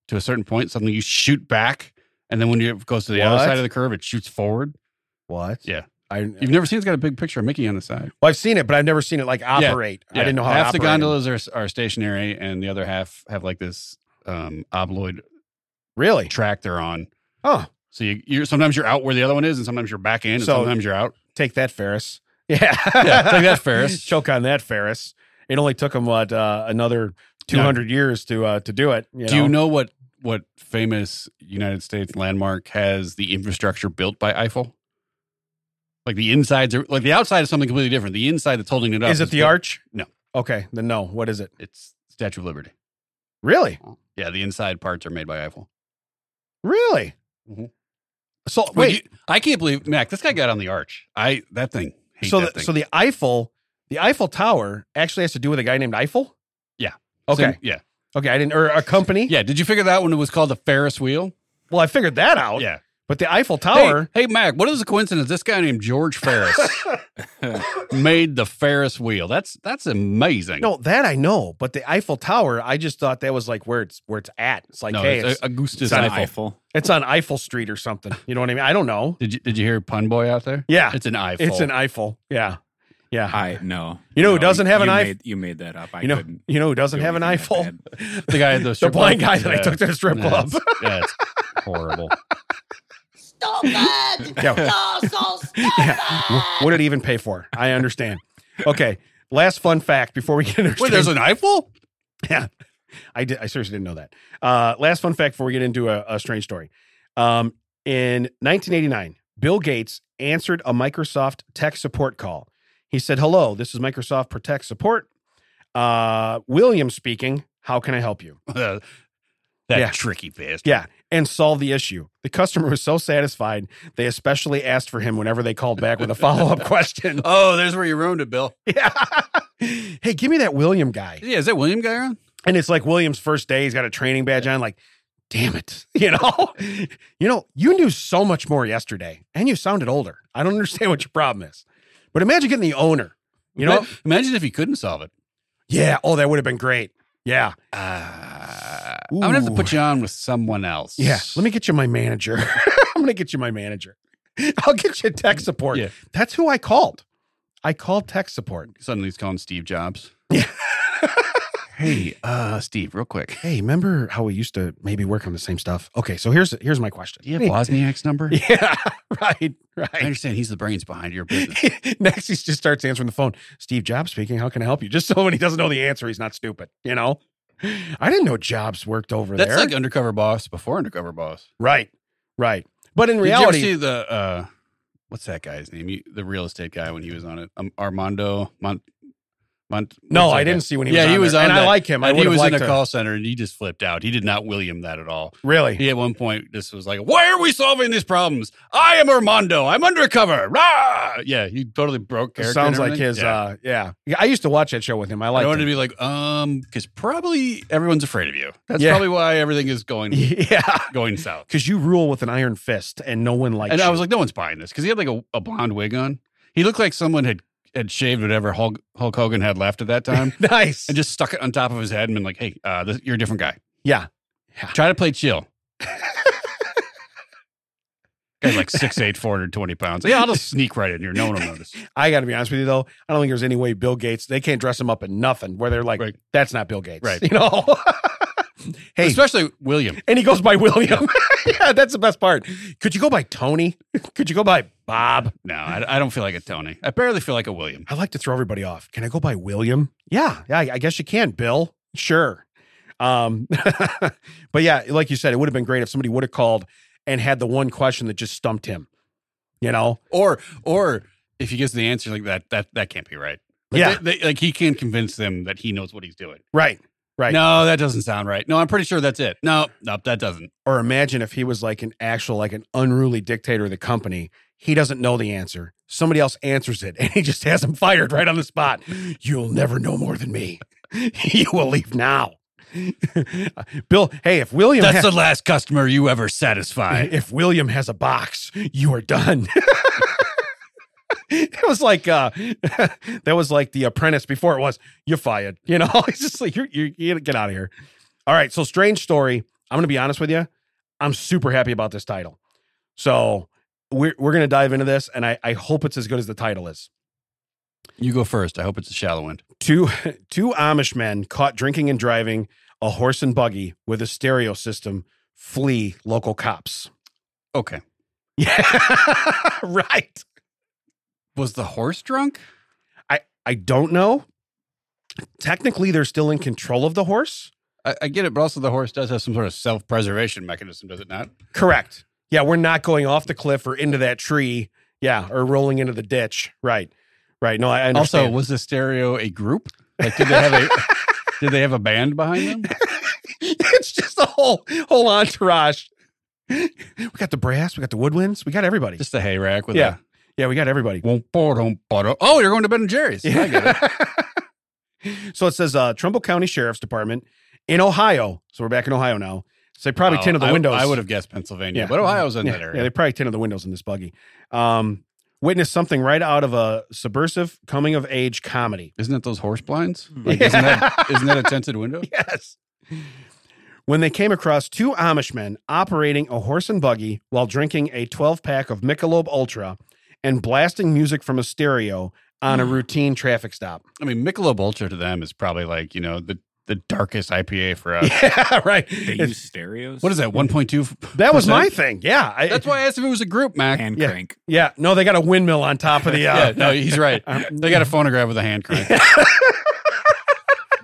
Speaker 1: to a certain point, suddenly you shoot back, and then when you- it goes to the other
Speaker 2: What?
Speaker 1: side of the curve, it shoots forward.
Speaker 2: what?
Speaker 1: Yeah.
Speaker 2: I
Speaker 1: You've never seen it's got a big picture of Mickey on the side.
Speaker 2: well, I've seen it, but I've never seen it like operate. I
Speaker 1: Yeah.
Speaker 2: didn't know how
Speaker 1: half
Speaker 2: to
Speaker 1: the
Speaker 2: operate it.
Speaker 1: gondolas are are stationary, and the other half have like this um, obloid
Speaker 2: Really?
Speaker 1: track they're on.
Speaker 2: Oh,
Speaker 1: So you, you're sometimes you're out where the other one is, and sometimes you're back in, and
Speaker 2: So-
Speaker 1: sometimes you're out.
Speaker 2: take that, Ferris. Yeah,
Speaker 1: Yeah, take that, Ferris.
Speaker 2: Choke on that, Ferris. It only took him what uh, another two hundred years to uh, to do it. You
Speaker 1: Do you know what what famous United States landmark has the infrastructure built by Eiffel? Like the insides are like the outside is something completely different. The inside that's holding it up
Speaker 2: Is it the
Speaker 1: built-
Speaker 2: arch?
Speaker 1: No.
Speaker 2: Okay, then no. What is it?
Speaker 1: It's Statue of Liberty.
Speaker 2: Really?
Speaker 1: Yeah, the inside parts are made by Eiffel.
Speaker 2: Really?
Speaker 1: Mhm.
Speaker 2: So
Speaker 1: Would
Speaker 2: wait.
Speaker 1: you- I can't believe Mac. This guy got on the arch. I that thing. Hate
Speaker 2: so
Speaker 1: that
Speaker 2: the,
Speaker 1: thing.
Speaker 2: so the Eiffel, the Eiffel Tower actually has to do with a guy named Eiffel.
Speaker 1: Yeah.
Speaker 2: Okay.
Speaker 1: Same- yeah,
Speaker 2: Okay. I didn't or a company.
Speaker 1: yeah. Did you figure that one was called the Ferris wheel?
Speaker 2: Well, I figured that out.
Speaker 1: Yeah,
Speaker 2: But the Eiffel Tower,
Speaker 1: Hey, hey, Mac, what is the coincidence? This guy named George Ferris made the Ferris wheel. That's that's amazing.
Speaker 2: no, that I know. But the Eiffel Tower, I just thought that was like where it's where it's at. It's like,
Speaker 1: no,
Speaker 2: hey,
Speaker 1: it's,
Speaker 2: it's,
Speaker 1: Augustus
Speaker 3: It's an
Speaker 1: Eiffel.
Speaker 3: Eiffel.
Speaker 2: it's on Eiffel Street or something. You know what I mean? I don't know.
Speaker 1: Did you did you hear pun boy out there?
Speaker 2: Yeah,
Speaker 1: It's an Eiffel.
Speaker 2: it's an Eiffel. Yeah, yeah.
Speaker 3: I no.
Speaker 2: You know who
Speaker 3: No,
Speaker 2: doesn't have an
Speaker 3: you
Speaker 2: Eiffel?
Speaker 3: Made, you made that up. I
Speaker 2: you know,
Speaker 3: couldn't.
Speaker 2: you know who doesn't
Speaker 3: do
Speaker 2: have an
Speaker 3: anything
Speaker 2: Eiffel?
Speaker 3: that
Speaker 1: the guy at the
Speaker 2: The
Speaker 1: strip
Speaker 2: blind
Speaker 1: club.
Speaker 2: guy that I
Speaker 1: Yeah.
Speaker 2: took to the strip
Speaker 1: Yeah,
Speaker 2: club.
Speaker 1: it's- yeah, it's horrible.
Speaker 4: Stupid!
Speaker 2: Yeah.
Speaker 4: So, so stupid!
Speaker 2: Yeah. what did he even pay for? I understand. Okay. Last fun fact before we get into
Speaker 1: Wait, there's an Eiffel?
Speaker 2: yeah, I did. I seriously didn't know that. Uh, last fun fact before we get into a, a strange story. Um, in 1989, Bill Gates answered a Microsoft tech support call. He said, "Hello, this is Microsoft for tech support. Uh, William speaking. How can I help you?"
Speaker 1: Uh, that
Speaker 2: Yeah.
Speaker 1: tricky bastard.
Speaker 2: Yeah, and solve the issue. The customer was so satisfied they especially asked for him whenever they called back with a follow up question.
Speaker 1: Oh, there's where you ruined it, Bill.
Speaker 2: Yeah. hey, give me that William guy.
Speaker 1: Yeah, is that William guy around?
Speaker 2: And it's like William's first day. He's got a training badge on. Like, damn it. You know, you know, you knew so much more yesterday and you sounded older. I don't understand what your problem is. But imagine getting the owner, you know?
Speaker 1: Ma- imagine if you couldn't solve it.
Speaker 2: Yeah. Oh, that would have been great. Yeah.
Speaker 1: Uh, I'm gonna have to put you on with someone else.
Speaker 2: Uh, Yeah. Let me get you my manager. I'm going to get you my manager. I'll get you tech support.
Speaker 1: Yeah.
Speaker 2: That's who I called. I called tech support.
Speaker 1: Suddenly he's calling Steve Jobs.
Speaker 2: Yeah.
Speaker 1: hey, uh, Steve, real quick.
Speaker 2: Hey, remember how we used to maybe work on the same stuff? Okay. So here's, here's my question.
Speaker 1: Do you have Wozniak's number?
Speaker 2: Yeah. Right.
Speaker 1: I
Speaker 2: Right.
Speaker 1: understand he's the brains behind your business.
Speaker 2: Next, he just starts answering the phone. Steve Jobs speaking. How can I help you? Just so when he doesn't know the answer, he's not stupid. You know, I didn't know Jobs worked over
Speaker 1: That's
Speaker 2: there.
Speaker 1: like undercover boss before undercover boss.
Speaker 2: right, right. But in
Speaker 1: Did you
Speaker 2: reality,
Speaker 1: ever see the uh, what's that guy's name? You, the real estate guy when he was on it, um, Armando Mont. Mont
Speaker 2: no,
Speaker 1: what's that
Speaker 2: I didn't
Speaker 1: guy's-
Speaker 2: see when he
Speaker 1: Yeah,
Speaker 2: was.
Speaker 1: he
Speaker 2: on
Speaker 1: was
Speaker 2: there.
Speaker 1: on
Speaker 2: and I
Speaker 1: that.
Speaker 2: like him. I
Speaker 1: And
Speaker 2: would
Speaker 1: he
Speaker 2: have
Speaker 1: was in
Speaker 2: liked
Speaker 1: a
Speaker 2: to.
Speaker 1: call center and he just flipped out. He did not William that at all.
Speaker 2: really,
Speaker 1: He at one point this was like, "Why are we solving these problems? I am Armando. I'm undercover." Rah! Yeah, he totally broke
Speaker 2: It
Speaker 1: character.
Speaker 2: sounds
Speaker 1: and
Speaker 2: like
Speaker 1: everything.
Speaker 2: his.
Speaker 1: Yeah.
Speaker 2: uh Yeah, Yeah, I used to watch that show with him. I
Speaker 1: I
Speaker 2: liked
Speaker 1: don't want to
Speaker 2: him.
Speaker 1: be like, um, because probably everyone's afraid of you. That's
Speaker 2: Yeah.
Speaker 1: probably why everything is going
Speaker 2: yeah,
Speaker 1: going south.
Speaker 2: because you rule with an iron fist, and no one likes.
Speaker 1: and I
Speaker 2: you.
Speaker 1: was like, no one's buying this because he had like a, a blonde wig on. He looked like someone had had shaved whatever Hulk, Hulk Hogan had left at that time
Speaker 2: nice.
Speaker 1: and just stuck it on top of his head and been like, hey, uh, this, you're a different guy.
Speaker 2: yeah,
Speaker 1: Try to play chill. Guy's like 6'8", 420 pounds. Yeah, I'll just sneak right in here. No one will notice.
Speaker 2: I got to be honest with you though. I don't think there's any way Bill Gates. They can't dress him up in nothing where they're like,
Speaker 1: Right.
Speaker 2: that's not Bill Gates,
Speaker 1: Right.
Speaker 2: You know. hey,
Speaker 1: Especially William.
Speaker 2: and he goes by William. yeah, that's the best part. Could you go by Tony? Could you go by Bob?
Speaker 1: No, I, I don't feel like a Tony. I barely feel like a William.
Speaker 2: I like to throw everybody off. Can I go by William? Yeah, yeah. I, I guess you can, Bill. Sure. Um, but yeah, like you said, it would have been great if somebody would have called and had the one question that just stumped him. You know?
Speaker 1: Or or if he gets the answer like that, that that can't be right. Like,
Speaker 2: Yeah.
Speaker 1: they- they- like he can't convince them that he knows what he's doing.
Speaker 2: Right. Right.
Speaker 1: No, that doesn't sound right. No, I'm pretty sure that's it. No, no, that doesn't.
Speaker 2: or imagine if he was like an actual like an unruly dictator of the company he doesn't know the answer somebody else answers it and he just has him fired right on the spot you'll never know more than me you will leave now bill hey if william
Speaker 1: That's
Speaker 2: ha-
Speaker 1: the last customer you ever satisfied.
Speaker 2: if william has a box you are done It was like uh that was like the apprentice before it was you're fired. You know, it's just like you're, you're, you get out of here. All right, so strange story. I'm gonna be honest with you. I'm super happy about this title. So we're we're gonna dive into this, and I I hope it's as good as the title is.
Speaker 1: You go first. I hope it's a shallow end.
Speaker 2: Two two Amish men caught drinking and driving a horse and buggy with a stereo system flee local cops.
Speaker 1: Okay.
Speaker 2: Yeah, right.
Speaker 1: Was the horse drunk?
Speaker 2: I don't know. Technically, they're still in control of the horse.
Speaker 1: I, I get it, but also the horse does have some sort of self preservation mechanism, does it not?
Speaker 2: Correct. Yeah, we're not going off the cliff or into that tree. Yeah, or rolling into the ditch. Right. Right. No, I I
Speaker 1: Also,
Speaker 2: understand.
Speaker 1: was the stereo a group? Like, did they have a did they have a band behind them?
Speaker 2: it's just a whole whole entourage. We got the brass, we got the woodwinds, we got everybody.
Speaker 1: Just a hay rack with
Speaker 2: Yeah. yeah, we got everybody.
Speaker 1: a. Oh, you're going to Ben and Jerry's. I get it.
Speaker 2: so it says uh, Trumbull County Sheriff's Department in Ohio. So we're back in Ohio now. So they probably
Speaker 1: Wow.
Speaker 2: tinted the
Speaker 1: I-
Speaker 2: windows.
Speaker 1: I would have guessed Pennsylvania,
Speaker 2: Yeah.
Speaker 1: but Ohio's in
Speaker 2: yeah,
Speaker 1: that
Speaker 2: yeah,
Speaker 1: area.
Speaker 2: they probably tinted the windows in this buggy. Um, witnessed something right out of a subversive coming of age comedy.
Speaker 1: Isn't it those horse blinds?
Speaker 3: Hmm.
Speaker 1: Like, isn't, that, isn't that a tinted window?
Speaker 2: yes. When they came across two Amish men operating a horse and buggy while drinking a 12 pack of Michelob Ultra and blasting music from a stereo on a routine traffic stop.
Speaker 1: I mean, Michelob Ultra to them is probably like you know the the darkest IPA for us.
Speaker 2: Yeah, right.
Speaker 3: They
Speaker 2: It's-
Speaker 3: use stereos.
Speaker 1: What is that? One point two.
Speaker 2: that was my thing. Yeah. I-
Speaker 1: That's why I asked if it was a group, Mac.
Speaker 3: Hand
Speaker 2: Yeah.
Speaker 3: crank.
Speaker 2: yeah. No, they got a windmill on top of the.
Speaker 1: yeah,
Speaker 2: Uh,
Speaker 1: no, he's right.
Speaker 2: um,
Speaker 1: They got a phonograph with a hand crank.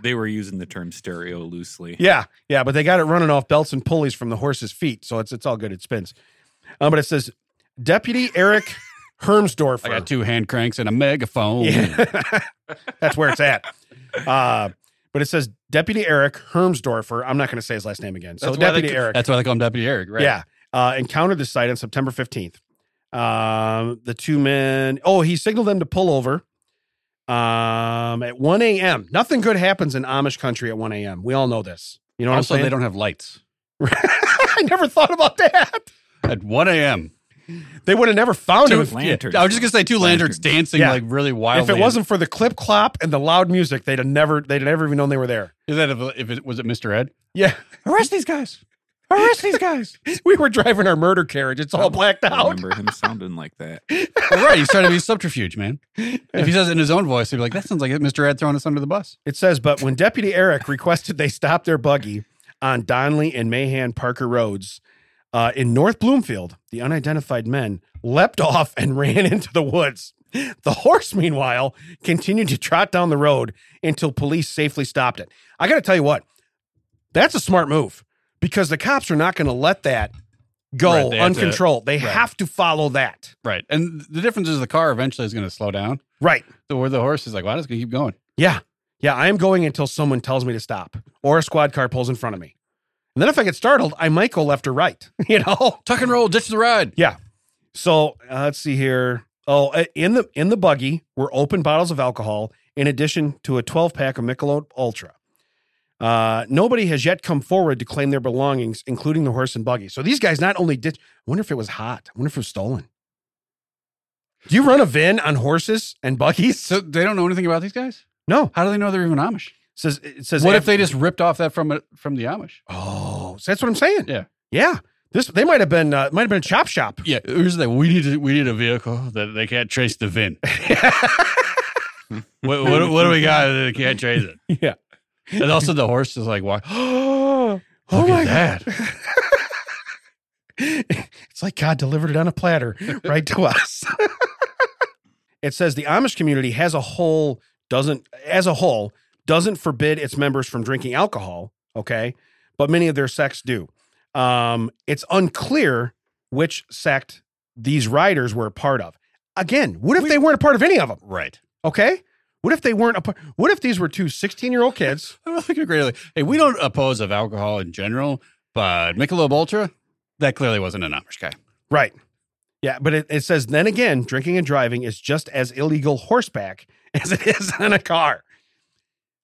Speaker 3: They were using the term stereo loosely.
Speaker 2: Yeah, yeah, but they got it running off belts and pulleys from the horse's feet, so it's it's all good. It spins. Um, but it says Deputy Eric Hermsdorfer.
Speaker 1: I got two hand cranks and a megaphone.
Speaker 2: Yeah. That's where it's at. Uh, but it says Deputy Eric Hermsdorfer. I'm not going to say his last name again. So
Speaker 1: That's why
Speaker 2: Deputy
Speaker 1: they,
Speaker 2: Eric.
Speaker 1: That's why they call him Deputy Eric, right?
Speaker 2: Yeah. Uh, encountered the site on September 15th. Um, the two men, oh, he signaled them to pull over um, at 1 a.m. Nothing good happens in Amish country at 1 a.m. We all know this. You know what
Speaker 1: Also,
Speaker 2: I'm saying?
Speaker 1: they don't have lights
Speaker 2: I never thought about that.
Speaker 1: at one a.m.
Speaker 2: They would have never found
Speaker 3: Two
Speaker 2: him if,
Speaker 3: lanterns.
Speaker 1: I was just gonna say two lanterns,
Speaker 3: Lanterns.
Speaker 1: dancing
Speaker 2: Yeah.
Speaker 1: like really
Speaker 2: if
Speaker 1: wildly.
Speaker 2: it wasn't for the clip clop and the loud music. They'd have never. They'd have never even known they were there.
Speaker 1: is that if, if it was it Mr. Ed?
Speaker 2: Yeah,
Speaker 1: Arrest these guys! Arrest these guys! Oh
Speaker 2: we were driving our murder carriage. It's all blacked
Speaker 3: I
Speaker 2: out.
Speaker 3: remember him sounding like that.
Speaker 1: Well, right, he's trying to be subterfuge, man. If he says it in his own voice, he'd be like, "That sounds like it, Mr. Ed throwing us under the bus."
Speaker 2: It says, but when Deputy Eric requested they stop their buggy on Donley and Mahan Parker roads uh, in North Bloomfield, the unidentified men leapt off and ran into the woods. The horse, meanwhile, continued to trot down the road until police safely stopped it. I got to tell you what, that's a smart move because the cops are not going to let that
Speaker 1: Right,
Speaker 2: go
Speaker 1: they have to-
Speaker 2: uncontrolled. they
Speaker 1: right.
Speaker 2: have to follow that.
Speaker 1: Right, and the difference is the car eventually is going to slow down.
Speaker 2: Right.
Speaker 1: The where the horse is like, "Well, I'm just going to keep going."
Speaker 2: Yeah. Yeah. I am going until someone tells me to stop or a squad car pulls in front of me. And then if I get startled, I might go left or right, you know?
Speaker 1: Tuck and roll, ditch the ride.
Speaker 2: So uh, let's see here. Oh, uh, in the in the buggy were open bottles of alcohol in addition to a 12 pack of Michelob Ultra. Uh, nobody has yet come forward to claim their belongings, including the horse and buggy. So these guys not only did. I wonder if it was hot. I wonder if it was stolen. Do you run a VIN on horses and buggies?
Speaker 1: So they don't know anything about these guys.
Speaker 2: no.
Speaker 1: How do they know they're even Amish?
Speaker 2: Says it says
Speaker 1: What if they just ripped off that from from the Amish?
Speaker 2: Oh, so that's what I'm saying.
Speaker 1: Yeah.
Speaker 2: yeah. This they might have been uh, might have been a chop shop.
Speaker 1: Yeah, here's the thing. We need to, we need a vehicle that they can't trace the VIN. what, what what do we got that they can't trace it?
Speaker 2: Yeah.
Speaker 1: And also the horse is like, why?
Speaker 2: oh
Speaker 1: Look
Speaker 2: my
Speaker 1: at that.
Speaker 2: it's like God delivered it on a platter right to us. it says the Amish community as a whole doesn't as a whole doesn't forbid its members from drinking alcohol, okay? But many of their sects do. Um, it's unclear which sect these riders were a part of. Again, what if
Speaker 1: We-
Speaker 2: they weren't a part of any of them?
Speaker 1: Right.
Speaker 2: Okay? What if they weren't a part? What if these were two 16-year-old kids?
Speaker 1: I'm looking greatly. Hey, we don't oppose of alcohol in general, but Michelob Ultra, that clearly wasn't an Amish guy.
Speaker 2: Right. Yeah, but it, it says then again, drinking and driving is just as illegal horseback as it is on a car.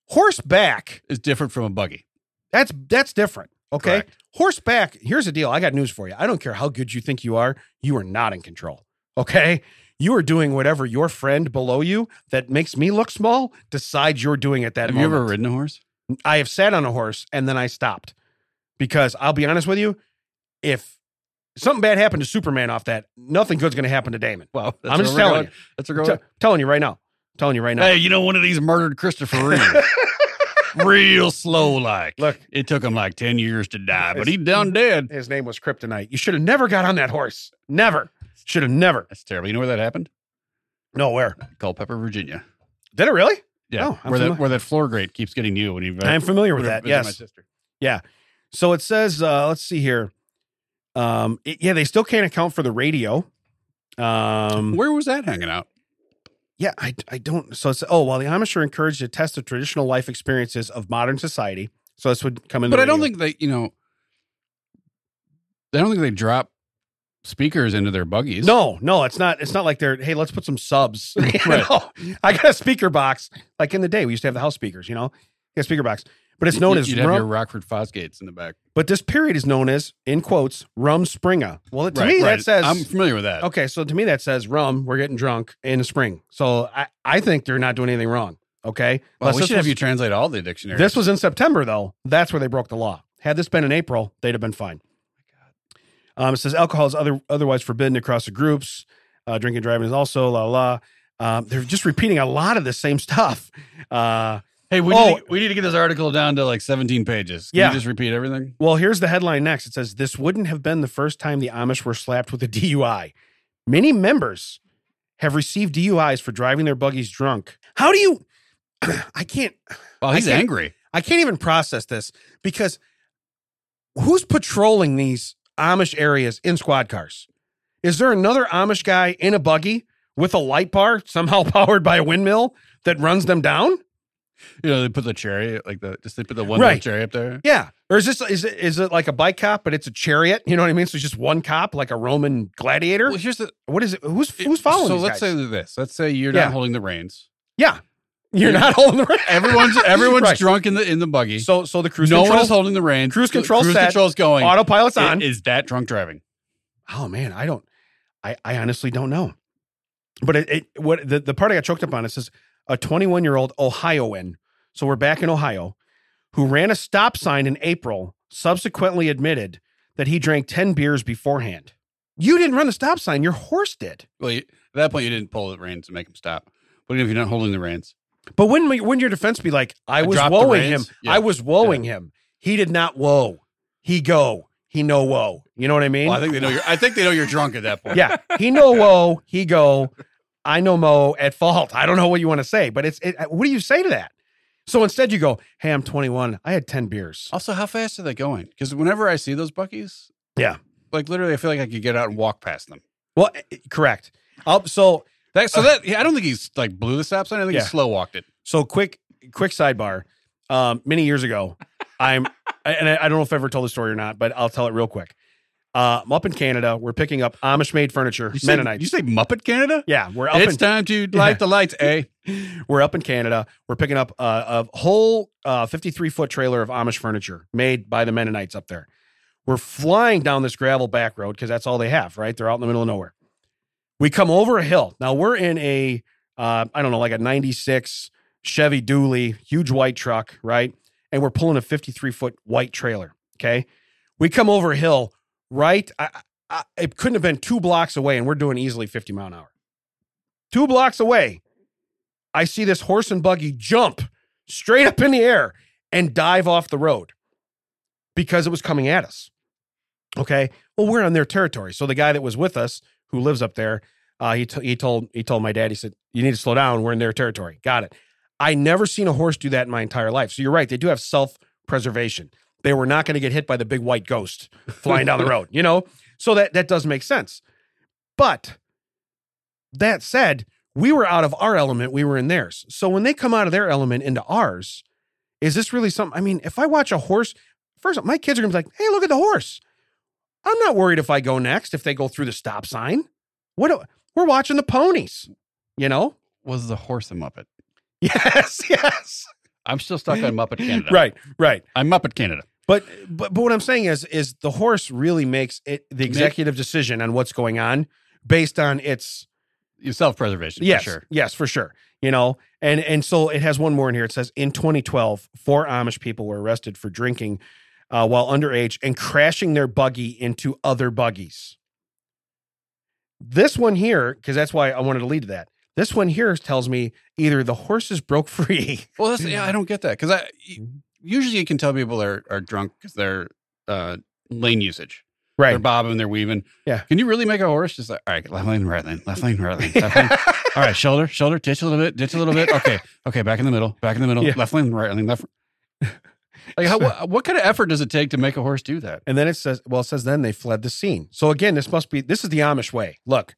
Speaker 2: Horseback,
Speaker 1: It's different from a buggy.
Speaker 2: that's that's different. Okay.
Speaker 1: Correct.
Speaker 2: Horseback, here's the deal. I got news for you. I don't care how good you think you are, you are not in control. Okay? You are doing whatever your friend below you that makes me look small decides you're doing at that
Speaker 1: Have
Speaker 2: moment.
Speaker 1: you ever ridden a horse?
Speaker 2: I have sat on a horse and then I stopped because I'll be honest with you, if something bad happened to Superman off that, nothing good's going to happen to Damon.
Speaker 1: Wow.
Speaker 2: I'm just telling you.
Speaker 1: That's a girl.
Speaker 2: T- telling you right now. Telling you right now.
Speaker 1: Hey, you know, one of these murdered Christopher Reeve. Real slow, like.
Speaker 2: Look.
Speaker 1: It took him like 10 years to die, but
Speaker 2: It's-
Speaker 1: he done dead.
Speaker 2: His name was Kryptonite. You should have never got on that horse. Never. Should have never.
Speaker 1: That's terrible. You know where that happened?
Speaker 2: Nowhere.
Speaker 1: Culpeper, Virginia.
Speaker 2: Did it really?
Speaker 1: Yeah,
Speaker 2: Oh, I'm
Speaker 1: where that
Speaker 2: familiar.
Speaker 1: where that floor grate keeps getting you when you invite-
Speaker 2: I'm familiar with
Speaker 1: when I
Speaker 2: that.
Speaker 1: visit my
Speaker 2: Yes.
Speaker 1: sister.
Speaker 2: So it says, uh, let's see here. Um, it- yeah, they still can't account for the radio. Um,
Speaker 1: Where was that hanging out?
Speaker 2: Yeah, I, I don't. So it's, oh, while the Amish are encouraged to test the traditional life experiences of modern society. So this would come in. the
Speaker 1: But I don't
Speaker 2: radio.
Speaker 1: think they, you know, I don't think they drop speakers into their buggies.
Speaker 2: No, no, it's not. It's not like they're. Hey, let's put some subs. You
Speaker 1: Right.
Speaker 2: know? I got a speaker box. Like in the day, we used to have the house speakers. You know, yeah, speaker box. but it's known
Speaker 1: You-
Speaker 2: as
Speaker 1: you'd have your
Speaker 2: rum,
Speaker 1: Rockford Fosgates in the back.
Speaker 2: but this period is known as in quotes rum springa. Well, to
Speaker 1: Right,
Speaker 2: me
Speaker 1: right.
Speaker 2: that says
Speaker 1: I'm familiar with that.
Speaker 2: okay. So to me that says rum. We're getting drunk in the spring. So I I think they're not doing anything wrong. Okay.
Speaker 1: Well,
Speaker 2: Unless
Speaker 1: we
Speaker 2: this
Speaker 1: should have
Speaker 2: was-
Speaker 1: you translate all the dictionaries.
Speaker 2: This was in September, though. That's where they broke the law. Had this been in April, they'd have been fine. Um, it says alcohol is other, otherwise forbidden across the groups. Uh, drinking and driving is also la la. Um, they're just repeating a lot of the same stuff. Uh,
Speaker 1: Hey, we,
Speaker 2: Oh.
Speaker 1: need to, we need to get this article down to like 17 pages. Can
Speaker 2: Yeah.
Speaker 1: you just repeat everything?
Speaker 2: well, here's the headline next. It says this wouldn't have been the first time the Amish were slapped with a DUI. Many members have received DUIs for driving their buggies drunk. How do you? I can't.
Speaker 1: Well, he's
Speaker 2: can't-
Speaker 1: angry.
Speaker 2: I can't even process this because who's patrolling these Amish areas in squad cars? Is there another Amish guy in a buggy with a light bar somehow powered by a windmill that runs them down?
Speaker 1: You know, they put the cherry, like the, just they put the one
Speaker 2: Right.
Speaker 1: little cherry up there.
Speaker 2: Yeah. Or is this is it, is it like a bike cop but it's a chariot? You know what I mean? So it's just one cop like a Roman gladiator.
Speaker 1: Well, here's the,
Speaker 2: What is it? Who's who's following?
Speaker 1: So
Speaker 2: these
Speaker 1: let's
Speaker 2: guys?
Speaker 1: say this. Let's say you're
Speaker 2: Yeah.
Speaker 1: not holding the reins.
Speaker 2: you're not holding the reins.
Speaker 1: Everyone's everyone's
Speaker 2: Right.
Speaker 1: drunk in the in the buggy.
Speaker 2: So so the cruise
Speaker 1: no
Speaker 2: control
Speaker 1: one is holding the reins.
Speaker 2: cruise
Speaker 1: The
Speaker 2: control's
Speaker 1: Cruise
Speaker 2: set.
Speaker 1: control's going.
Speaker 2: autopilot's
Speaker 1: I-
Speaker 2: on.
Speaker 1: Is that drunk driving?
Speaker 2: oh man, I don't, I, I honestly don't know. But it, it what the, the part I got choked up on it says a 21 year old Ohioan. So we're back in Ohio, who ran a stop sign in April, subsequently admitted that he drank 10 beers beforehand. You didn't run the stop sign, your horse did.
Speaker 1: Well, you, at that point, you didn't pull the reins to make him stop. But even if you're not holding the reins,
Speaker 2: But wouldn't we- wouldn't your defense be like, I,
Speaker 1: I
Speaker 2: was
Speaker 1: dropped the
Speaker 2: woeing him.
Speaker 1: reins. Yeah.
Speaker 2: I was woeing him. He did not woe. He go. He no woe. You know what I mean?
Speaker 1: well, I think they know you're. I think they know you're drunk at that point.
Speaker 2: yeah, he no woe, he go. I know Mo at fault. I don't know what you want to say, but it's it, uh, what do you say to that? So instead, you go, "Hey, I'm 21. I had 10 beers."
Speaker 1: Also, how fast are they going? Because whenever I see those buckies,
Speaker 2: Yeah.
Speaker 1: like literally, I feel like I could get out and walk past them.
Speaker 2: Well, eh, eh, correct. Up. so
Speaker 1: That, so
Speaker 2: Uh,
Speaker 1: that yeah, I don't think he's like blew the stop sign. I think
Speaker 2: Yeah.
Speaker 1: he slow walked it.
Speaker 2: so quick quick sidebar. Um, many years ago, I'm and I, I don't know if I ever told the story or not, but I'll tell it real quick. Uh, I'm up in Canada. We're picking up Amish made furniture,
Speaker 1: You say,
Speaker 2: Mennonite.
Speaker 1: you say Muppet Canada?
Speaker 2: yeah, we're up
Speaker 1: it's
Speaker 2: in
Speaker 1: time to light the lights, eh?
Speaker 2: We're up in Canada. We're picking up uh, a whole uh, 53 foot trailer of Amish furniture made by the Mennonites up there. We're flying down this gravel back road because that's all they have, right? They're out in the middle of nowhere. We come over a hill. Now we're in a, uh, I don't know, like a 96 Chevy Dooley, huge white truck, right? And we're pulling a 53 foot white trailer. Okay. We come over a hill, right? I, I- I, it couldn't have been two blocks away, and we're doing easily 50 mile an hour. Two blocks away, I see this horse and buggy jump straight up in the air and dive off the road because it was coming at us. Okay. Well, we're on their territory. So the guy that was with us who lives up there, uh, he, t- he told he told my dad, he said, you need to slow down. We're in their territory. Got it. I never seen a horse do that in my entire life. So you're right. They do have self preservation. They were not going to get hit by the big white ghost flying down the road, you know? So that, that does make sense. But that said, we were out of our element, we were in theirs. So when they come out of their element into ours, is this really something? I mean, if I watch a horse, first, my kids are gonna be like, hey, look at the horse. I'm not worried if I go next, if they go through the stop sign. What do- we're watching the ponies, you know?
Speaker 1: Was the horse a Muppet?
Speaker 2: Yes, yes.
Speaker 1: I'm still stuck on Muppet Canada.
Speaker 2: Right, right.
Speaker 1: I'm Muppet Canada.
Speaker 2: But, but but what I'm saying is is the horse really makes it the executive decision on what's going on based on its
Speaker 1: Self preservation.
Speaker 2: yes,
Speaker 1: For sure.
Speaker 2: Yes, for sure. You know, and and so it has one more in here. It says in 2012, four Amish people were arrested for drinking uh, while underage and crashing their buggy into other buggies. This one here, because that's why I wanted to lead to that. This one here tells me either the horses broke free.
Speaker 1: Well, that's,
Speaker 2: Mm.
Speaker 1: yeah, I don't get that because I
Speaker 2: Mm-hmm.
Speaker 1: usually you can tell people are are drunk because they're uh, lane usage. They're bobbing, they're weaving.
Speaker 2: Yeah.
Speaker 1: Can you really make a horse just like all right, left lane, right lane, left lane, right lane, left lane. All right, shoulder, shoulder, ditch a little bit, ditch a little bit. Okay, okay, back in the middle, back in the middle,
Speaker 2: Yeah.
Speaker 1: left lane, right lane, left. Like, how, what, what kind of effort does it take to make a horse do that?
Speaker 2: And then it says, well, it says then they fled the scene. So again, this must be this is the Amish way. Look,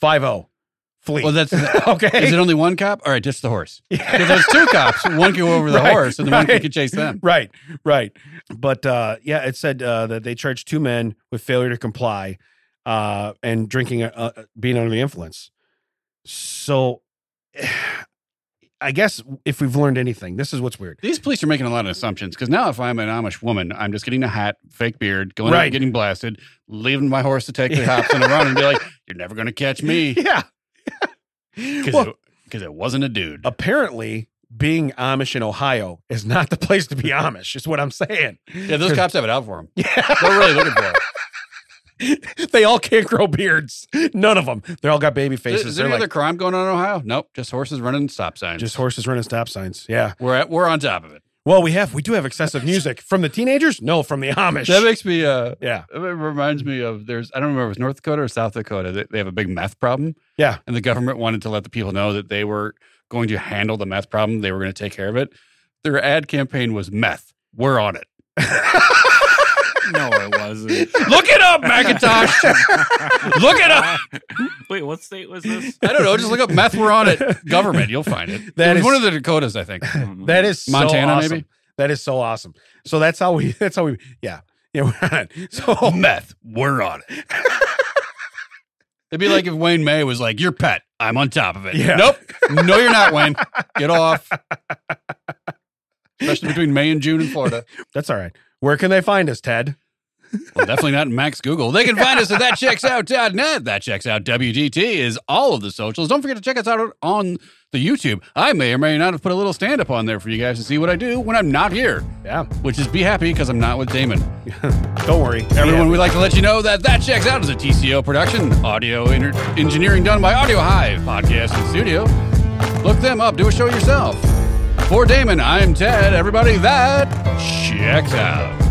Speaker 2: 5-0, flee.
Speaker 1: Well, that's
Speaker 2: okay.
Speaker 1: is it only one cop? All right, ditch the horse.
Speaker 2: Yeah.
Speaker 1: If there's two cops, one can go over the
Speaker 2: Right,
Speaker 1: horse, and the one
Speaker 2: right.
Speaker 1: can chase them.
Speaker 2: right, right. But uh, yeah, it said uh, that they charged two men with failure to comply uh, and drinking, uh, uh, being under the influence. So I guess if we've learned anything, this is what's weird.
Speaker 1: These police are making a lot of assumptions because now, if I'm an Amish woman, I'm just getting a hat, fake beard, going out
Speaker 2: Right.
Speaker 1: out, getting blasted, leaving my horse to take the
Speaker 2: Yeah.
Speaker 1: cops on a run, and be like, "You're never going to catch me,"
Speaker 2: Yeah.
Speaker 1: because
Speaker 2: well,
Speaker 1: it, wasn't a dude.
Speaker 2: apparently being Amish in Ohio is not the place to be Amish, is what I'm saying.
Speaker 1: yeah, those cops have it out for them. They're really looking for it.
Speaker 2: they all can't grow beards. None of them. They all got baby
Speaker 1: Is,
Speaker 2: faces.
Speaker 1: is there any
Speaker 2: They're like
Speaker 1: other crime going on in Ohio? Nope, just horses running stop signs.
Speaker 2: just horses running stop signs. Yeah.
Speaker 1: we're at, we're on top of it.
Speaker 2: Well, we have we do have excessive music from the teenagers. No, from the Amish.
Speaker 1: That makes me. uh
Speaker 2: yeah.
Speaker 1: It reminds me of there's I don't remember if it was North Dakota or South Dakota. They, they have a big meth problem.
Speaker 2: Yeah.
Speaker 1: and the government wanted to let the people know that they were going to handle the meth problem. They were going to take care of it. Their ad campaign was meth. We're on it.
Speaker 3: No, it wasn't.
Speaker 1: Look it up, Macintosh. look it up.
Speaker 3: Wait, what state was this?
Speaker 1: I don't know. Just look up meth. We're on it. Government. You'll find it. it
Speaker 2: That
Speaker 1: was
Speaker 2: is-
Speaker 1: one of the Dakotas, I think.
Speaker 2: That is so
Speaker 1: Montana,
Speaker 2: awesome.
Speaker 1: maybe?
Speaker 2: That is so awesome. So that's how we that's how we yeah. Yeah, we're on it. So
Speaker 1: meth. We're on it. It'd be like if Wayne May was like, "Your pet. I'm on top of it."
Speaker 2: Yeah.
Speaker 1: Nope. No, you're not, Wayne. Get off. Especially between May and June in Florida.
Speaker 2: that's all right. Where can they find us, Ted?
Speaker 1: Well, definitely not in Max Google. They can find us at thatchecksout.net. That checks out WDT is all of the socials. Don't forget to check us out on the YouTube. I may or may not have put a little stand up on there for you guys to see what I do when I'm not here,
Speaker 2: Yeah.
Speaker 1: which is be happy because I'm not with Damon.
Speaker 2: Don't worry.
Speaker 1: Everyone, we'd like to let you know that That Checks Out is a TCO production, audio inter- engineering done by Audio Hive Podcast and Studio. Look them up, do a show yourself. For Damon, I'm Ted. Everybody, that checks out.